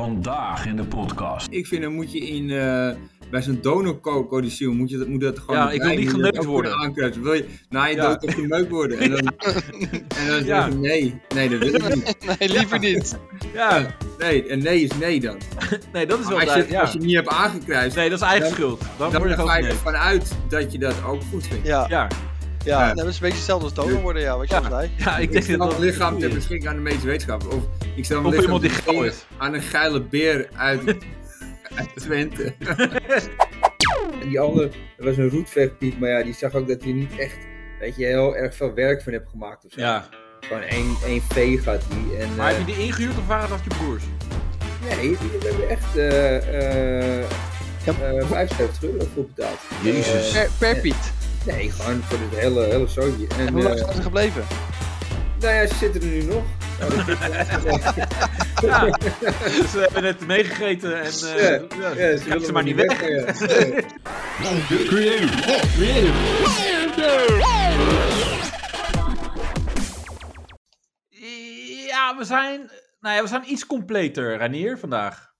Vandaag in de podcast. Ik vind, dan moet je in, eh, bij zo'n donorcodicil moet, je dat- moet dat gewoon... Ja, ik wil erbij, niet moet je dat geneukt ook worden. kunnen aankruisen. Wil je na je Ja. dood ook geneukt worden? En dan, en dan Ja. zeg je nee, nee dat wil ik niet. Nee, liever niet. Ja, Nee, en nee is nee dan. nee, dat is Maar wel als, duidelijk. je, Ja. als je niet hebt aangekruist, Nee, dat is eigen Dan- schuld. Dan, dan word je gewoon ga je nee. ervan uit dat je dat ook goed vindt. Ja, ja. Ja, Ja. Nee, dat is een beetje hetzelfde als donor worden, ja, wat je Ja. al zei. ja, ik Ik denk stel dat mijn dat lichaam ter beschikking aan de medische wetenschap. Of ik stel mijn Of lichaam iemand die ter gauw is. beschikking aan een geile beer uit, uit Twente. die andere dat was een roetvechtpiet, maar ja, die zag ook dat hij niet echt weet je, heel erg veel werk van heeft gemaakt. Of zo. Ja. Gewoon één, één vee gaat die. En, Maar eh, heb je die ingehuurd of waren dat je broers? Nee, die hebben echt eh eh Ja. eh 75 euro voor betaald. Jezus. Eh, Per, per Piet. nee, gewoon voor dit hele, hele zootje. En, En hoe lang eh, zijn ze gebleven? nou ja, ze zitten er nu nog. Ja. ze dus hebben net meegegeten en eh, Ja, ja, Ja, kijk ze maar niet weg. ja. Ja. Creative. Creative. Ja, we zijn, nou ja, we zijn iets completer, Ranier, vandaag.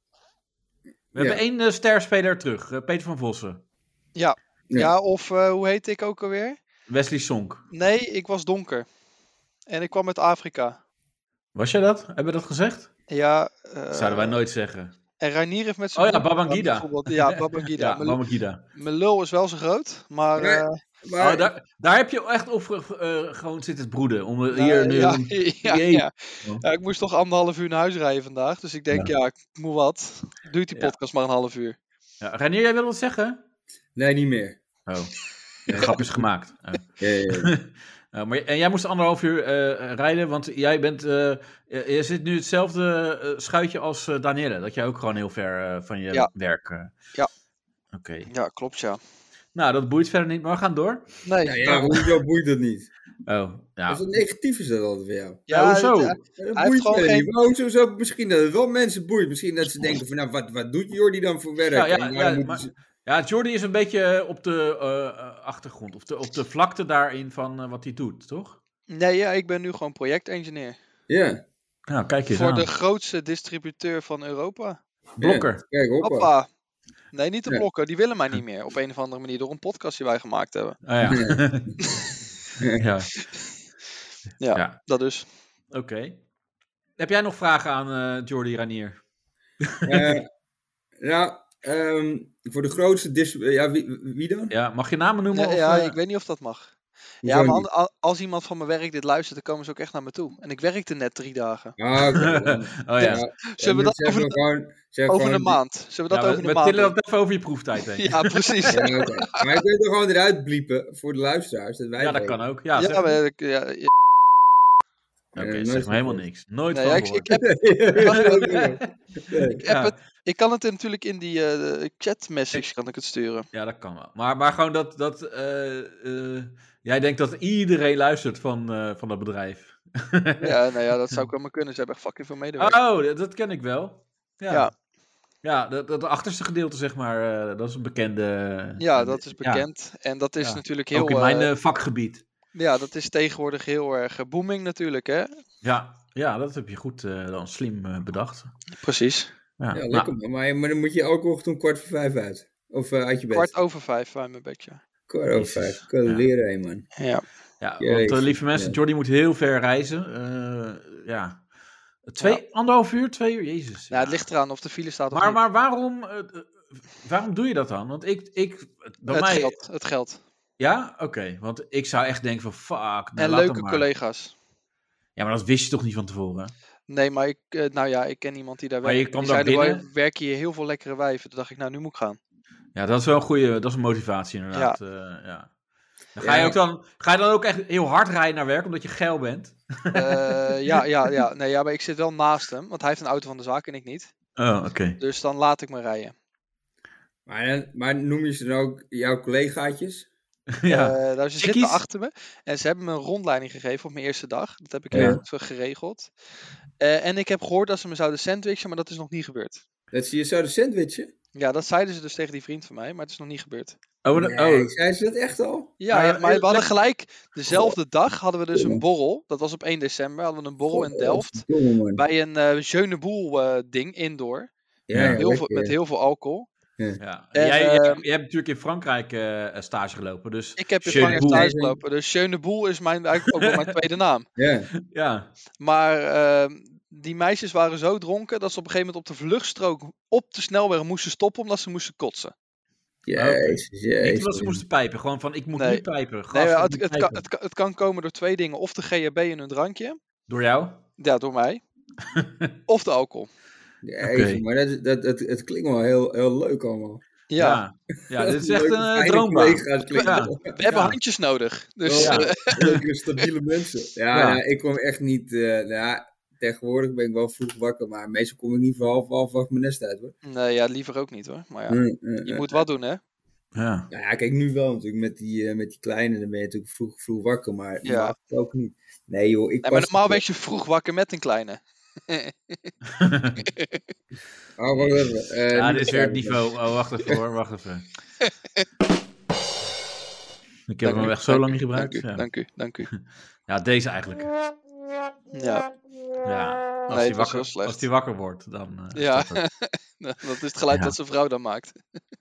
We Ja. hebben één eh, sterspeler terug, eh, Peter van Vossen. Ja. Ja, of eh, hoe heet ik ook alweer? Wesley Sonk. Nee, ik was donker. En ik kwam uit Afrika. Was jij dat? Hebben we dat gezegd? Ja, eh, Zouden wij nooit zeggen. en Reinier heeft met zijn... Oh ja, lul- Babangida. bijvoorbeeld- Ja, Babangida. Ja, Mijn- Mama Gida. Mijn lul is wel zo groot, maar... Nee, eh, Maar Oh, daar, daar heb je echt op ge- eh, gewoon zitten broeden. Om eh, hier eh, nu. ja, een- ja, Jee. ja. Ja, ik moest toch anderhalf uur naar huis rijden vandaag. Dus ik denk, ja, ik moet wat. Duurt die Ja. podcast maar een half uur. Ja, Reinier, jij wil wat zeggen? Nee, niet meer. Oh. Een grap is gemaakt. Oh. Ja, ja, ja. Eh, maar, en jij moest anderhalf uur eh, rijden, want jij bent. eh, eh, je zit nu hetzelfde eh, schuitje als eh, Danielle. Dat jij ook gewoon heel ver eh, van je Ja. werk. eh. Ja. Oké. Ja, klopt ja. Nou, dat boeit verder niet, maar we gaan door. Nee, Ja, ja, hoezo boeit dat niet? Oh, ja. Als het negatief is dat altijd voor jou. Ja, hoezo? het- Dat heeft boeit gewoon verder geen- niet. Maar hoezo zou het misschien dat het wel mensen boeit. Misschien dat ze denken van, nou, wat, wat doet Jordi dan voor werk? Ja, ja, En waarom ja, moeten maar- ze- ja, Jordi is een beetje eh, op de eh, eh, achtergrond, op de, op de vlakte daarin van eh, wat hij doet, toch? nee ja, ik ben nu gewoon projectengineer. ja. Nou, kijk eens Voor aan. de grootste distributeur van Europa. Blokker. kijk, hoppa. Hoppa. Nee, niet de Ja. blokken. Die willen mij niet meer. Op een of andere manier. Door een podcast die wij gemaakt hebben. Ah, ja. ja. Ja, Ja. dat dus. Oké. Heb jij nog vragen aan eh, Jordi Ranier? Eh, nou, ehm, voor de grootste... Dis eh, ja, wie, wie dan? Ja, mag je namen noemen? Ja, of, ja, eh, ik weet niet of dat mag. Hoezo Ja, maar niet? an- a- als iemand van mijn werk dit luistert, dan komen ze ook echt naar me toe. En ik werkte net drie dagen. Ah, oké. oh ja. Zullen we dat zeg over maar de, gewoon, zeg over de gewoon- maand? Zullen we dat Ja, over we, de we maand? tillen doen? dat even over je proeftijd heen. Ja, Ja, precies. Ja, oké. Maar je kunt er gewoon eruit bliepen voor de luisteraars. Dat wij dat weten. kan ook. Ja, Ja, zeg, maar, ik- ja, ja. Oké, Eh, nooit zeg van me helemaal gehoord. niks. Nooit Nee, van ja, ik, gehoord. ik, heb, Nee. ik heb Ja. het. Ik kan het hem natuurlijk in die eh chat message kan ik het sturen. Ja, dat kan wel. Maar, maar gewoon dat... dat eh, eh, jij denkt dat iedereen luistert van, eh, van dat bedrijf. Ja, nou ja, dat zou ik wel maar kunnen. Ze hebben echt fucking veel medewerkers. Oh, dat, dat ken ik wel. Ja, ja. ja, dat, dat achterste gedeelte, zeg maar, eh, dat is een bekende... ja, dat is bekend. En dat is Ah, Ja. natuurlijk Ook heel. in mijn eh, eh, vakgebied. ja, dat is tegenwoordig heel erg eh, booming natuurlijk, hè? Ja, ja, dat heb je goed eh, dan slim eh, bedacht. Precies. Ja, Ja, nou, lekker man. Maar, maar dan moet je elke ochtend om kwart voor vijf uit. Of eh, uit je bed. Kwart over vijf bij mijn bedje. Kwart over vijf. Ik kan Ja. leren, hé, man. Ja. ja, Jezus, want eh, lieve mensen, ja. Jordi moet heel ver reizen. Eh, ja. Twee, Anderhalf uur, twee uur, jezus. Nou, het Ja. ligt eraan of de file staat of maar, niet. maar waarom, eh, eh, waarom doe je dat dan? Want ik, ik bij mij... het, Nou, geld, het geld. Ja, oké. Want ik zou echt denken van, fuck, nou, En laat leuke hem maar. collega's. Ja, maar dat wist je toch niet van tevoren? Nee, maar ik, eh, nou ja, ik ken iemand die daar Maar werkt. je kwam Die daar zeiden, "Wij binnen?" werken hier heel veel lekkere wijven. Toen dacht ik, nou, nu moet ik gaan. Ja, dat is wel een goede, dat is een motivatie inderdaad. eh, Ja. Dan ga, Ja. je ook dan, ga je dan ook echt heel hard rijden naar werk, omdat je geil bent? Eh, ja, ja, ja. Nee, ja, maar ik zit wel naast hem. Want hij heeft een auto van de zaak en ik niet. Oh, oké. Dus dan laat ik me rijden. Maar, dan- maar noem je ze dan ook jouw collegaatjes? ja. Eh, nou, ze Chickies. zitten achter me. En ze hebben me een rondleiding gegeven op mijn eerste dag. Dat heb ik Ja. heel goed eh, geregeld. Eh, en ik heb gehoord dat ze me zouden sandwichen, maar dat is nog niet gebeurd. Dat zie je zo de sandwichen? Ja, dat zeiden ze dus tegen die vriend van mij, maar het is nog niet gebeurd. Oh, wat- Nee, oh, zei ze dat echt al? Ja, Maar ja, eh, maar we hadden eerlijk- gelijk dezelfde dag hadden we dus een borrel. Dat was op 1 december. Hadden we een borrel in Delft. Jongen, man. Bij een eh Jeune Boel eh, ding, indoor. Ja, Met ja, Heel veel, lekker. met heel veel alcohol. ja. En, jij, jij, ehm, jij hebt natuurlijk in Frankrijk eh, stage gelopen, dus Ik heb in Jeune Frankrijk Boel. thuis gelopen. Dus Jeune Boel is mijn, eigenlijk ook wel mijn tweede naam. Ja. ja. Maar ehm, die meisjes waren zo dronken dat ze op een gegeven moment op de vluchtstrook op de snelweg moesten stoppen omdat ze moesten kotsen. Jezus, jezus. Niet omdat ze moesten pijpen, gewoon van ik moet Nee. niet pijpen. Gast, Nee, ik ja, het, moet het, kan, pijpen. het, kan, het kan komen door twee dingen. Of de GHB in hun drankje. Door jou? Ja, door mij. of de alcohol. Jezus, Oké. maar dat, is- dat, dat, het klinkt wel heel, heel leuk allemaal. Ja. Ja, Ja, dit is echt Leuke, een fijne eh, droombaan. collega's klinken. Ja. We hebben Ja. Oh, handjes nodig. Dus Ja. eh, Leuke, stabiele mensen. Ja, Ja. nou, ik kom echt niet... eh, nou, ja, tegenwoordig ben ik wel vroeg wakker, maar meestal kom ik niet voor half, half acht mijn nest uit, hoor. nee, ja, liever ook niet hoor. Maar ja, Mm, mm, je mm. moet wat doen hè. Ja. Nou ja, kijk, nu wel natuurlijk met die, eh, met die kleine, dan ben je natuurlijk vroeg, vroeg wakker, maar Ja. normaal gesproken ook niet. Nee joh, ik Nee, maar pas... normaal werd je vroeg wakker met een kleine. Oh, wacht even. Eh, ja, niet dit is weer het begrijpen. niveau. Oh, wacht even hoor, wacht even. Ik heb Dank hem u, echt zo dank lang niet Dank gebruikt. u, Ja. dank u, dank u. ja, deze eigenlijk. Ja, Ja. Als hij Nee, het was heel wakker, slecht. als die wakker wordt, dan. eh, Ja. stopt het. dat is het geluid Ja. dat zijn vrouw dan maakt.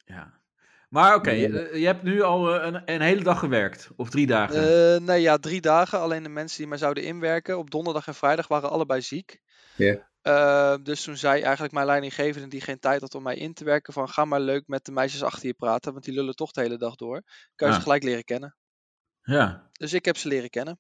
ja. Maar oké, je, je hebt nu al eh, een, een hele dag gewerkt. Of drie dagen. Eh, nee, ja, drie dagen. Alleen de mensen die mij zouden inwerken op donderdag en vrijdag waren allebei ziek. Ja. Eh, dus toen zei eigenlijk mijn leidinggevende die geen tijd had om mij in te werken van ga maar leuk met de meisjes achter je praten, want die lullen toch de hele dag door. Kan je ze Ah. gelijk leren kennen. ja. Dus ik heb ze leren kennen.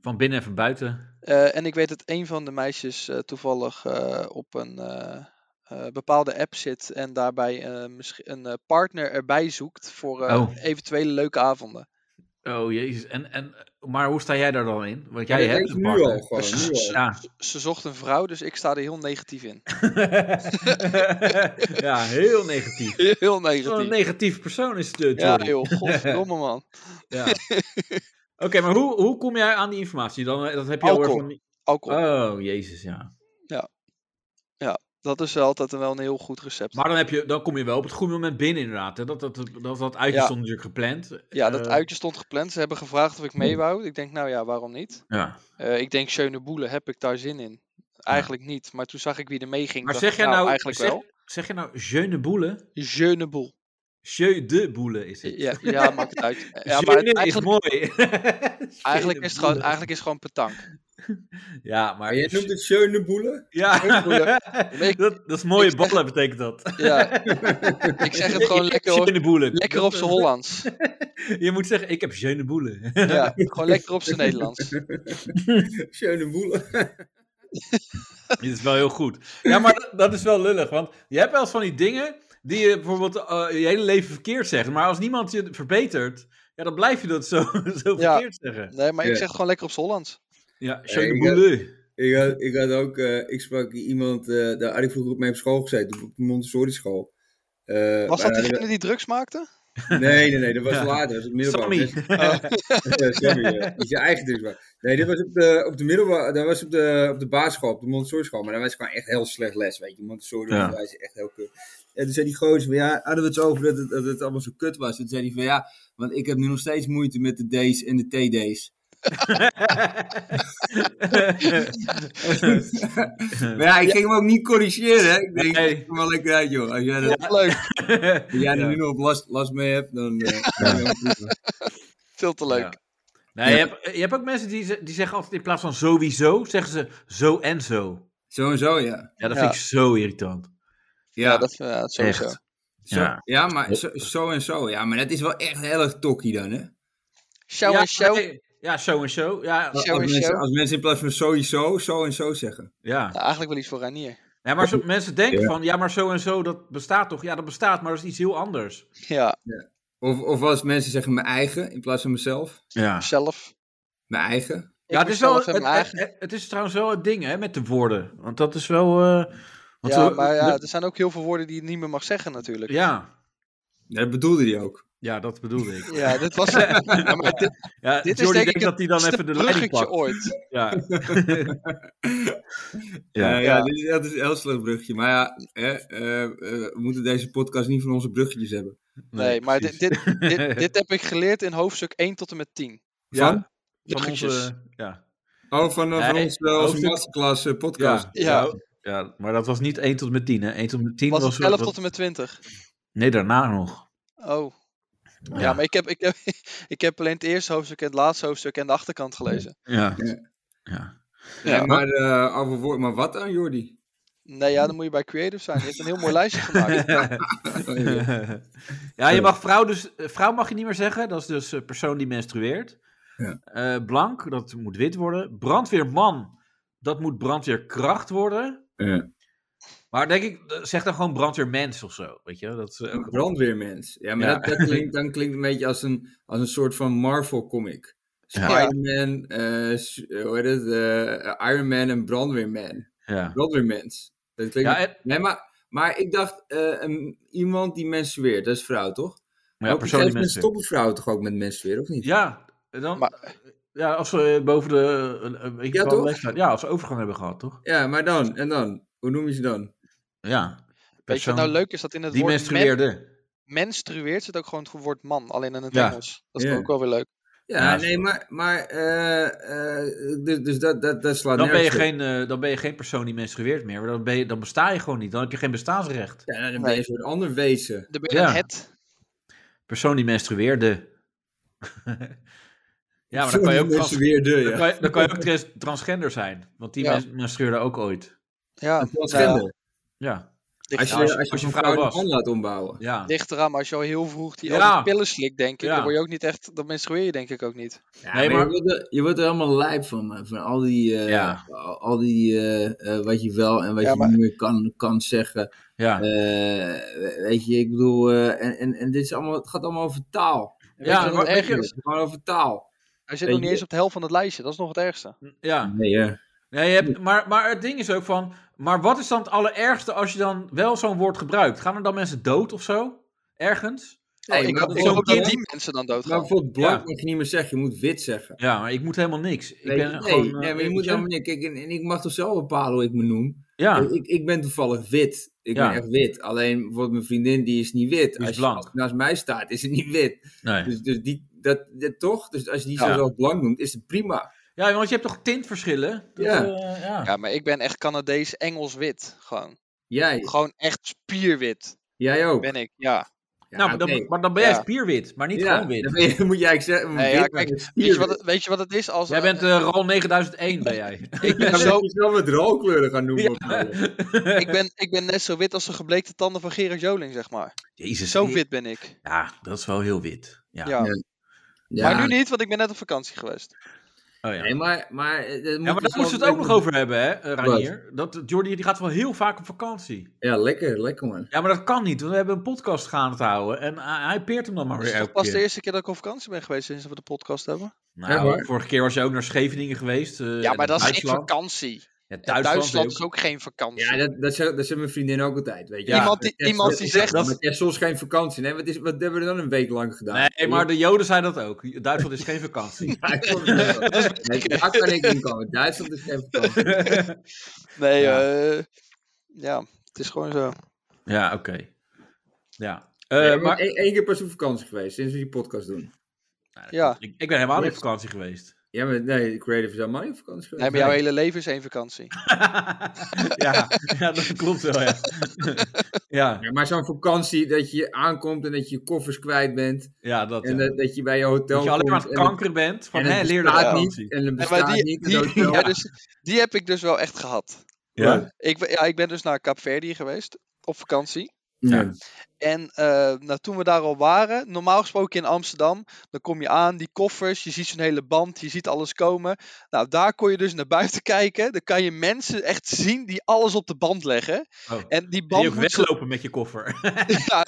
Van binnen en van buiten. Eh, en ik weet dat een van de meisjes eh, toevallig eh, op een eh, eh, bepaalde app zit en daarbij eh, misschien een eh, partner erbij zoekt voor eh, Oh. eventuele leuke avonden. Oh jezus. En, en, maar hoe sta jij daar dan in? Want Ja, jij dat hebt is een nu partner. al gewoon, Dus- nu al. Ja. Ze zocht een vrouw, dus ik sta er heel negatief in. ja, heel negatief. Heel Zo'n negatief. negatief persoon is het, eh, Ja, Jordi. joh, godverdomme man. Ja. Oké, maar hoe, hoe kom jij aan die informatie? Dan, eh, dat heb je Alcohol. al weer Alcohol, van... Oh, jezus, ja. dat is altijd wel een heel goed recept. Maar dan, heb je, dan kom je wel op het goede moment binnen, inderdaad. Hè? Dat, dat, dat, dat, dat uitje Ja. stond natuurlijk gepland. ja, dat Eh, uitje stond gepland. Ze hebben gevraagd of ik mee wou. Ik denk, nou ja, waarom niet? Ja. Eh, ik denk, Schöne Boele, heb ik daar zin in? Eigenlijk niet, maar toen zag ik wie er mee ging. Maar dacht zeg ik, jij nou... Eigenlijk zeg, wel. zeg jij nou je ne boule? Jeune Boel. Je de boule is het. Ja, ja maakt het uit. Ja, Je maar het- ne is eigenlijk, mooi. eigenlijk, Je ne is het gewoon, boule. eigenlijk is het gewoon petank. Ja, maar... Maar jij noemt het schöne boelen? Ja, Je ne boule. Ik- dat, dat is mooie ik zeg- ballen, betekent dat. Ja. Ik zeg het gewoon lekker, Je hoor. ne boule. lekker Dat- op zijn Hollands. Je moet zeggen, ik heb je ne boule. Ja, gewoon lekker op zijn Nederlands. Schöne boelen. Dit is wel heel goed. Ja, maar dat, dat is wel lullig. Want je hebt wel eens van die dingen die je bijvoorbeeld eh, je hele leven verkeerd zegt. Maar als niemand je verbetert, ja, dan blijf je dat zo, zo Ja. verkeerd zeggen. Nee, maar ik Ja. zeg het gewoon lekker op zijn Hollands. Ja, Eh, Jean ik- Boule. Ik had, ik had ook, eh, ik sprak iemand, eh daar had ik vroeger op mee op school gezeten, op de Montessori school. Eh, Was maar dat diegene die drugs maakte? Nee, nee, nee, dat was Ja. later. Dat was op de middelbare. Sammy. Ja, Sammy, ja. Die is je eigen drugs maar. Nee, dit was op de, op de middelbare, dat was op de, op de basisschool, op de Montessori school. Maar daar was gewoon echt heel slecht les, weet je. Montessori Ja. onderwijs is echt heel kut. En toen zei die gozer van, ja, hadden we het zo over dat het, dat het allemaal zo kut was. Toen zei hij van, ja, want ik heb nu nog steeds moeite met de D's en de TD's. Maar ja, ik ging hem ook niet corrigeren, hè. Ik denk, Nee. ik kom wel lekker uit, joh. Als jij, dat, Vond het leuk. als jij er Ja. nu nog last, last mee hebt, dan... eh, dan wel prima. Veel te leuk. Ja. Nee, je, hebt, je hebt ook mensen die, ze- die zeggen altijd in plaats van sowieso, zeggen ze zo en zo. Zo en zo, ja. Ja, dat Ja. vind ik zo irritant. Ja, Ja, dat ja, sowieso. Echt. Zo, ja. Ja. maar zo, zo en zo. Ja, maar dat is wel echt heel erg tokkie dan, hè? Show ja, en show. nee, Ja, show en show. Ja, Als, Zo en zo. mensen, als mensen in plaats van sowieso, zo en zo zeggen. ja. Nou, eigenlijk wel iets voor Ranier. Ja, maar zo- mensen denken Ja. van, ja, maar zo en zo, dat bestaat toch? Ja, dat bestaat, maar dat is iets heel anders. Ja, Of, of als mensen zeggen mijn eigen in plaats van mezelf. Ja, zelf. Mijn eigen. Ik Ah. ja het, is wel, mezelf en het, mijn eigen- het- het is trouwens wel het ding, hè, met de woorden. Want dat is wel... eh, want Ja, we- maar ja, we- er zijn ook heel veel woorden die je niet meer mag zeggen natuurlijk. ja, Ja, dat bedoelde hij ook. ja, dat bedoelde ik. Ja, dit was ja, maar dit, Ja, dit is Jordi denk denkt ik dat hij dan het even de leiding bruggetje pakt. ooit. Ja. Eh, ja. Ja, ja, Ja. eh, dit is, dat is een heel slecht brugje. Maar ja, hè, eh, eh, we moeten deze podcast niet van onze bruggetjes hebben. Nee, maar dit, precies. dit, dit, dit heb ik geleerd in hoofdstuk 1 tot en met 10. ja, de van gietjes. onze, ja. Oh, van, eh, van Nee, ons wel als hoofdstuk- masterclass eh, podcast. Ja, Ja. ja. ja, maar dat was niet 1 tot en met 10, hè? 1 tot en met 10 was, Was het 11 tot wat- en met 20? Nee, daarna nog. Oh. Ja, maar ik heb, ik, heb, ik heb alleen het eerste hoofdstuk en het laatste hoofdstuk en de achterkant gelezen. Ja. Ja. Ja. Nee, maar, eh, over woord- maar wat dan, Jordi? Nee, ja, dan moet je bij creative zijn. Je hebt een heel mooi lijstje gemaakt. Oh, ja, je mag vrouw dus... Vrouw mag je niet meer zeggen. Dat is dus eh, persoon die menstrueert. Ja. Eh, blank, dat moet wit worden. Brandweerman, dat moet brandweerkracht worden. Ja. Maar denk ik, eh, zeg dan gewoon brandweermens of zo. Weet je, dat is eh, ook... Brandweermens. Ja, maar Ja. Dat, dat klinkt, dan klinkt een beetje als een, als een soort van Marvel-comic. Ja. Spider-Man, eh, s- eh, hoe heet het? eh, Iron Man en Brandweerman. Ja. Brandweermens. Dat klinkt... Ja, en- Nee, maar, maar ik dacht, eh, een- iemand die menstrueert, dat is vrouw, toch? ja, Op persoon een gegeven die moment menstrueert. stoppen vrouwen toch ook met menstrueren, of niet? Ja, dan... Maar- Ja, als ze eh, boven de... eh, eh, weet je Ja, wel, toch? leeftijd- ja, als ze overgang hebben gehad, toch? Ja, maar dan, en dan? Hoe noem je ze dan? Ja. Weet je Persoon wat nou leuk is? Dat in het Die woord men, menstrueerde. menstrueert zit ook gewoon het woord man. Alleen in het Ja. Engels. Dat is Ja. ook wel weer leuk. Ja, Ja, nee, maar, maar eh, eh, dus, dus dat, dat, dat slaat Dan ben, je nergens op. geen, eh, dan ben je geen persoon die menstrueert meer. maar Dan, ben je, dan besta je gewoon niet. Dan heb je geen bestaansrecht. Ja, dan ben je een soort ander wezen. Dan ben je Ja. een het. Persoon die menstrueerde. ja, maar dan Sorry, kan je ook, trans- mensen weer de, dan ja. kan je, dan kan je ook trans- transgender zijn. Want die Ja. mens- menstrueerde ook ooit. Ja, Een nou, transgender. Ja. dicht Als je, eraan. als als je, je- eh, als je een vrouw vrouw een was. man laat ombouwen. ja. Dicht eraan, maar als je al heel vroeg die, Ja. al die pillen slikt, denk ik, Ja. dan word je ook niet echt, dan menstrueer je denk ik ook niet. Ja, Nee, maar maar- je, wordt er, je wordt er helemaal lijp van, man, van al die, eh, Ja. al, al die eh, eh, wat je wel en wat Ja, je maar- niet meer kan, kan zeggen. ja. Eh, weet je, ik bedoel, eh, en, en, en dit is allemaal, het gaat allemaal over taal. En weet je wat maar het echt- erg is? Het gaat gewoon over taal. Hij zit Weet nog niet je- eens op de helft van het lijstje, dat is nog het ergste. ja. Nee, ja. Nee, je hebt, maar, maar het ding is ook van. Maar wat is dan het allerergste als je dan wel zo'n woord gebruikt? Gaan er dan mensen dood of zo? Ergens? Oh, Nee, ik maar hoop ik zo'n Nou, hoop dat kind- die mensen dan Maar doodgaan. bijvoorbeeld blank Ja. mag je niet meer zeggen, je moet wit zeggen. Ja, maar ik moet helemaal niks. Ik Weet ben je, nee, gewoon. eh, nee, maar je moet weet dan, nee, kijk, en, en ik mag toch zelf bepalen hoe ik me noem. Ja. Ik, ik ben toevallig wit. Ik Ah. Ja. ben echt wit. Alleen bijvoorbeeld mijn vriendin, die is niet wit. Die is als, je- blank. als die naast mij staat, is het niet wit. Nee. Dus, dus die, dat, dat toch? Dus als je die Ja. zelf blank noemt, is het prima. Ja, want je hebt toch tintverschillen? Dat, Ja. eh, ja. Ja, maar ik ben echt Canadees Engels wit, gewoon. Jij, Gewoon echt spierwit jij ook. ben ik, ja. Ja, nou, maar dan, nee. maar dan ben jij Ja. spierwit, maar niet Ja, gewoon wit. Dan ben je- moet jij eigenlijk zeggen, Nee, wit, ja, maar kijk, je Weet je, spierwit. wat, het- weet je wat het is? Als, Jij bent eh, eh Rol 9001, ben jij. ik, Dan ben moet zo, je zelf met rookkleuren gaan noemen. op eh, mij. ik, ben, ik ben net zo wit als de gebleekte tanden van Gerard Joling, zeg maar. Jezus. Zo ik- wit ben ik. Ja, dat is wel heel wit. Ja. Ja. Ja, Maar nu niet, want ik ben net op vakantie geweest. Oh, ja. Nee, maar, maar, eh, dat ja, maar je daar moesten we zelf het ook nog weten. over hebben, hè, eh, Ranier. Dat, Jordi die gaat wel heel vaak op vakantie. Ja, lekker, lekker man. Ja, maar dat kan niet, want we hebben een podcast gaan te houden. En hij hij peert hem dan maar Dus Het is weer toch elke pas de keer. eerste keer dat ik op vakantie ben geweest sinds dat we de podcast hebben. Ja, Nou, hoor. vorige keer was je ook naar Scheveningen geweest. eh, Ja, en maar dat is geen Duitsland. vakantie. Ja, En Duitsland, Duitsland, is ook. ook geen vakantie. Ja, dat, dat, zei, dat zei mijn vriendin ook altijd, weet je. Ja. iemand, die, Ja, iemand dat- die zegt... Maar het is soms geen vakantie. Nee, wat, is, wat hebben we dan een week lang gedaan? Nee, maar de Joden zeiden dat ook. Duitsland is geen vakantie. Ja, ik vond het wel. Nee, daar kan ik in komen. Duitsland is geen vakantie. Eh, Nee, Ja. ja. ja, het is gewoon zo. ja, oké. Ja. Eh, Nee, maar, maar... Eén één keer pas op vakantie geweest, sinds we die podcast doen. Nou, dat Ja. klopt. Ik, ik ben helemaal niet op vakantie geweest. Ja, maar nee, Creative is helemaal niet op vakantie geweest. Nee, maar jouw hele leven is één vakantie. Dus ja, ja, dat klopt wel, ja. ja, Ja, maar zo'n vakantie dat je aankomt en dat je je koffers kwijt bent. ja, dat. En ja. dat, dat je bij je hotel Dat je alleen maar aan komt het en het- kanker bent. Van, en het hè, leer de bestaat vakantie. niet. En het Ja, bestaat maar die, niet. die, en dat- ja, dus, die heb ik dus wel echt gehad. Ja. Ik, ben- ja, ik ben dus naar Kaapverdië geweest, op vakantie. Ja. En eh, nou, toen we daar al waren, normaal gesproken in Amsterdam, dan kom je aan, die koffers, je ziet zo'n hele band, je ziet alles komen. Nou, daar kon je dus naar buiten kijken. Dan kan je mensen echt zien die alles op de band leggen. Oh. En die Die band, ook moet ze- weglopen met je koffer. Ja,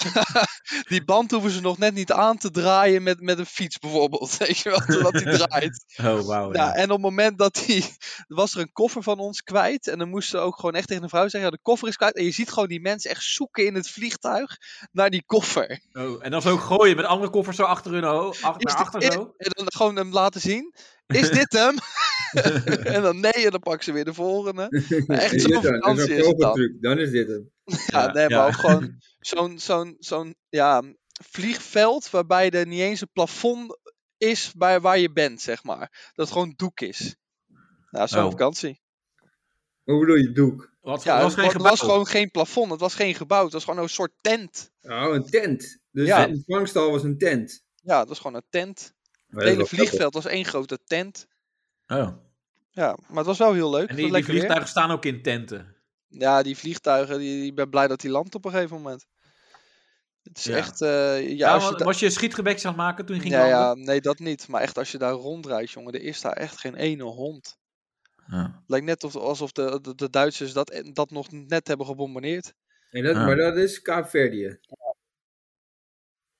die band hoeven ze nog net niet aan te draaien met, met een fiets bijvoorbeeld. Weet je wel, zodat die draait. Oh, wauw. Ja, Ja. en op het moment dat die. was er een koffer van ons kwijt. En dan moesten we ook gewoon echt tegen een vrouw zeggen: ja, de koffer is kwijt. En je ziet gewoon die mensen echt zoeken in het vliegtuig naar die koffer. Oh, en dan zo gooien met andere koffers zo achter hun hoofd. Ach, eh, Is naar dit achter het? zo. En dan gewoon hem laten zien: is dit hem? en dan nee, en dan pakken ze weer de volgende. Maar echt zo'n Dit dan, vakantie zo'n is het dan. vogeltruc, Dan is dit het. Ja, Ja, nee, maar ja. ook gewoon zo'n, zo'n, zo'n, ja, vliegveld waarbij er niet eens een plafond is bij waar je bent, zeg maar. Dat het gewoon doek is. Nou, zo'n Oh. vakantie. Hoe bedoel je doek? Wat, Ja, was het geen wa- gebouw. was gewoon geen plafond, het was geen gebouw, het was gewoon een soort tent. Oh, een tent. Dus Ja. de ontvangsthal was een tent. Ja, het was gewoon een tent. Het hele vliegveld was één grote tent. Oh. Ja, maar het was wel heel leuk. En die, Het was die lekker weer. vliegtuigen staan ook in tenten. Ja, die vliegtuigen, die, die- ik ben blij dat die landt op een gegeven moment. Het is Ja. echt, eh, ja, Ja, als je wa- da- was je een schietgebek aan het maken toen je ging ja, landen? ja, nee, dat niet. Maar echt, als je daar rondrijdt, jongen, er is daar echt geen ene hond. Ja. Het lijkt net of, alsof de, de, de Duitsers dat, eh, dat nog net hebben gebombardeerd. En dat, Ah. Maar dat is Kaapverdië.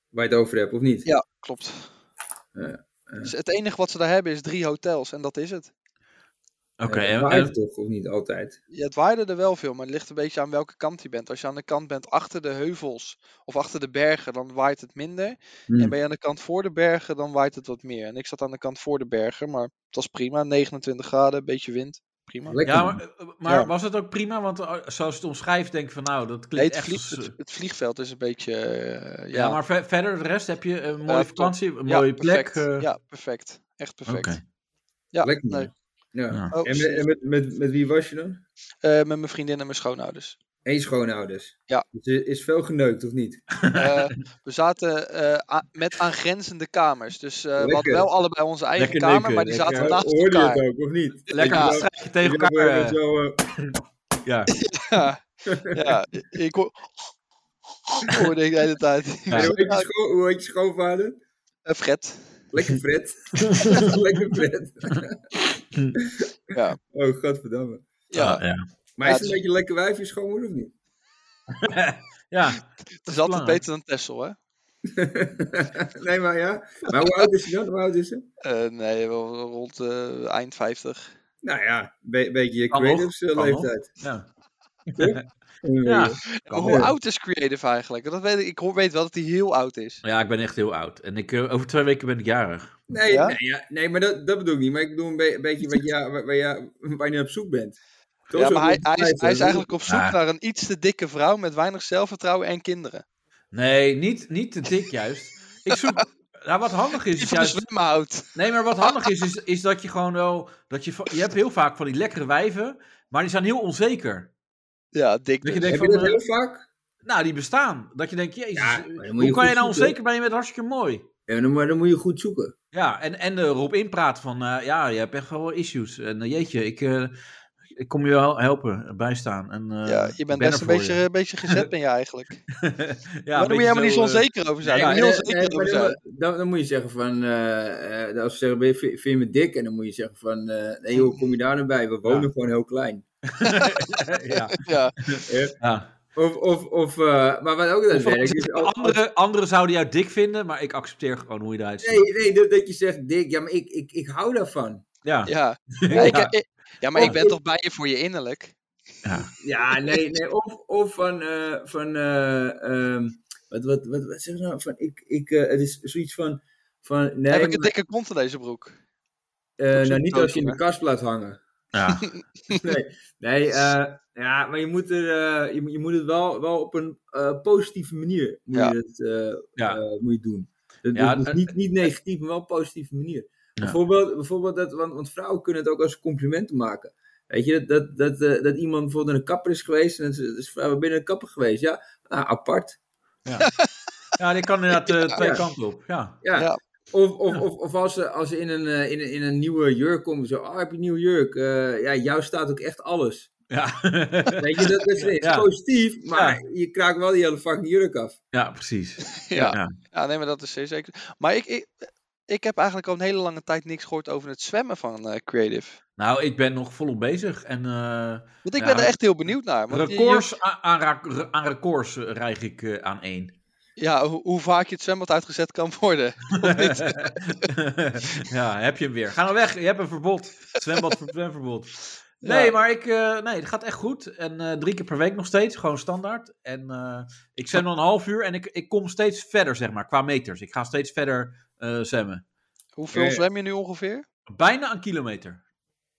Waar je het over hebt, of niet? Ja. Klopt. Ja, ja. Dus het enige wat ze daar hebben is drie hotels en dat is het. Oké, Eh, en- dat waait en- toch, of niet altijd? Ja, het waaide er wel veel, maar het ligt een beetje aan welke kant je bent. Als je aan de kant bent achter de heuvels of achter de bergen, dan waait het minder. Hmm. Hm. En ben je aan de kant voor de bergen, dan waait het wat meer. En ik zat aan de kant voor de bergen, maar het was prima. 29 graden, een beetje wind. Prima. Lekker. ja, man. maar, eh, maar Ja. was het ook prima? Want eh, zoals je het omschrijft, denk ik van nou, dat Nee, klinkt het, echt vlieg- als... eh, het, het vliegveld is een beetje. eh, ja. ja, maar ver- verder de rest heb je een mooie Ja, top. vakantie, een Ja, mooie plek. perfect. eh, Ja, perfect. Echt perfect. Oké. Ja, Lekker, man. nee. Ja. Ja. Oh, En, met, en met, met, met wie was je dan? eh, met mijn vriendin en mijn schoonouders. En je schoonouders. Ja. Dus er is veel geneukt, of niet? Eh, we zaten eh, a- met aangrenzende kamers. Dus eh, we hadden Lekker. wel allebei onze eigen Lekker kamer, neuken, maar die zaten lekker. naast Hoorde je elkaar. het ook, of niet? Lekker Ja. een strijkje tegen Ik heb, elkaar. eh, eh, zo, eh, ja. Ja, ja ik hoor... hoorde ik de hele tijd. Ja. hoe heet je scho- Hoe heet je schoonvader? Eh, Fred. Lekker Fred. Lekker Fred. Ja. Oh, godverdamme. Ja, Ah, ja. Maar Ja, is het dus- een beetje lekker wijf je schoonmoeder, of niet? Ja, het is altijd belangrijk. beter dan Tessel, hè? nee, maar ja. Maar hoe oud is ze dan? Hoe oud is ze? Eh, nee, wel rond eh, eind 50. Nou ja, een be- beetje je Kan nog, creatives eh, kan leeftijd. ja. Ja. Ja. Maar Kan hoe wel. oud is Creative eigenlijk? Dat weet ik, ik hoor- weet wel dat hij heel oud is. ja, ik ben echt heel oud. En ik, eh, over twee weken ben ik jarig. Nee, Ja? Nee, ja, nee, maar dat, dat bedoel ik niet. Maar ik bedoel een, be- een beetje wat ja, waar, waar, ja- waar je naar op zoek bent. Toch ja, zo maar hij, rond de hij, is, vijftig, hij is hè? eigenlijk op zoek Ah. naar een iets te dikke vrouw met weinig zelfvertrouwen en kinderen. Nee, niet, niet te dik juist. Ik zoek... Nou, wat handig is, Die is van de juist slimme houdt. Nee, maar wat handig is, is, is dat je gewoon wel. Dat je, va- je hebt heel vaak van die lekkere wijven, maar die zijn heel onzeker. Ja, dik Dat je dus. denkt Heb van. je dat eh, heel vaak? nou, die bestaan. Dat je denkt, jezus, Ja, eh, maar dan moet hoe je kan goed je nou zoeken. onzeker bij je met hartstikke mooi? Ja, dan, maar dan moet je goed zoeken. Ja, en, en erop inpraat van, eh, ja, je hebt echt wel issues. En eh, jeetje, ik, eh, ik kom je wel helpen, bijstaan. En, eh, Ja, je ik ben bent best er een voor beetje, een beetje gezet ben je eigenlijk. ja, maar een daar moet beetje je helemaal niet zo eh, onzeker over zijn. nee, Daar moet je Nee, heel nee, zeker maar over dan, zijn. moet- dan, dan moet je zeggen van, eh, eh, als ze zeggen, ben je- vind je me dik? En dan moet je zeggen van, eh nee joh, kom je daar nou bij? We wonen gewoon heel klein. eh, ja, Ja, ja. Of, of, of eh, maar wat ook dat Of als werkt, je is zegt, als- als- Anderen, anderen zouden jou dik vinden, maar ik accepteer gewoon hoe je eruit ziet. nee, nee, dat, dat je zegt, dik, ja, maar ik, ik, ik hou daarvan. Ja. Oh. ja. Ja, ik- Ja. ik- ja, maar ik Of- ben toch bij je voor je innerlijk? Ja, nee, nee, of, of van, eh, van eh, ehm, wat, wat, wat, wat zeg je nou, van, ik, ik, eh, het is zoiets van, van nee, Heb ik een maar, dikke kont in deze broek? eh, zo'n nou niet als je in de token, kast laat hangen. Ja. Nee, nee eh, ja, maar je moet, er, eh, je, moet- je moet het wel, wel op een eh, positieve manier moet Ja. je het, eh, Ja. eh, moet je doen. Dus, Ja, dus eh, niet, niet negatief, maar wel op een positieve manier. Ja. Bijvoorbeeld, bijvoorbeeld dat, want, want vrouwen kunnen het ook als complimenten maken. Weet je, dat, dat, dat, eh, dat iemand bijvoorbeeld naar een kapper is geweest en dat ze- dat is vrouw binnen een kapper geweest. Ja, nou, apart. Ja, die kan inderdaad eh, twee Ja. kanten op. Ja. Ja. Ja. Of, of, Ja. of, of als ze, als ze in, een, eh, in, een, in een nieuwe jurk komen, zo, ah, heb je een nieuwe jurk? Eh, ja, jou staat ook echt alles. Ja. Weet je, dat, dat is niks. Ja. positief, maar je kraakt wel die hele fucking jurk af. ja, precies. Ja. Ja. ja. nee, maar dat is zeer zeker. Maar ik, ik, ik heb eigenlijk al een hele lange tijd niks gehoord over het zwemmen van eh, Creative. Nou, ik ben nog volop bezig. En eh, Want Ja, ik ben er maar- echt heel benieuwd naar. Want je- je- records a- aan, ra- re- aan records eh, reig ik eh, aan één. ja, hoe, hoe vaak je het zwembad uitgezet kan worden. ja, heb je hem weer. Ga nou weg, je hebt een verbod. Zwembad voor zwemverbod. Nee, Ja. maar ik, eh, nee, het gaat echt goed. En eh, drie keer per week nog steeds, gewoon standaard. En eh, ik zwem dan een half uur en ik, ik kom steeds verder, zeg maar, qua meters. Ik ga steeds verder eh zwemmen. Hoeveel Ja. zwem je nu ongeveer? Bijna een kilometer.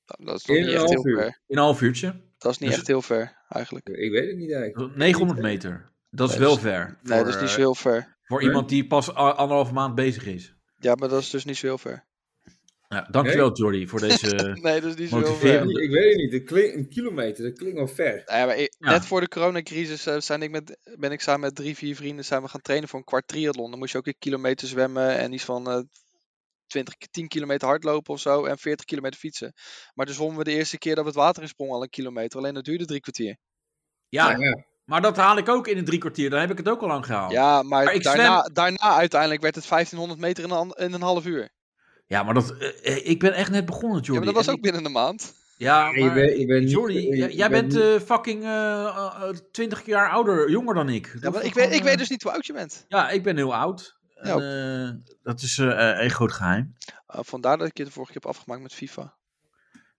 Nou, dat is toch Eén niet en echt een heel half uur. ver. In een half uurtje. Dat is niet Dus- echt heel ver, eigenlijk. Ik weet het niet eigenlijk. 900 meter. Dat is Nee, dat wel is- ver. Nee, dat is niet zo heel ver. Voor Nee. iemand die pas a- anderhalf maand bezig is. Ja, maar dat is dus niet zo heel ver. Ja, dankjewel, Jordi, voor deze. Nee, dat is niet zo heel ver. Motiverend. Ik, ik weet het niet, het klinkt- een kilometer, dat klinkt wel ver. Nou ja, maar ik- Ja. Net voor de coronacrisis eh, zijn ik met, ben ik samen met drie, vier vrienden zijn we gaan trainen voor een kwart triathlon. Dan moest je ook een kilometer zwemmen en iets van eh 20, 10 kilometer hardlopen of zo en 40 kilometer fietsen. Maar toen zwommen we de eerste keer dat we het water in sprongen al een kilometer. Alleen dat duurde drie kwartier. Ja, Nou ja, maar dat haal ik ook in een drie kwartier. Dan heb ik het ook al lang gehaald. Ja, Ja, maar, Oh. Maar ik daarna, daarna uiteindelijk werd het 1500 meter in een, an- in een half uur. maar dat, eh, eh, ik ben echt net begonnen, Jordi. Ja, maar dat was En ook ik- binnen een maand. Ja, je maar- bent- je bent niet- Jordi, je- jij, je jij bent niet- eh, fucking twintig jaar ouder, jonger dan ik. Ja, Dat maar is ik, weet, gewoon, ik weet eh, dus niet hoe oud je bent. Ja, ik ben heel oud. En, eh, dat is eh, een groot geheim. Eh, vandaar dat ik je de vorige keer heb afgemaakt met FIFA.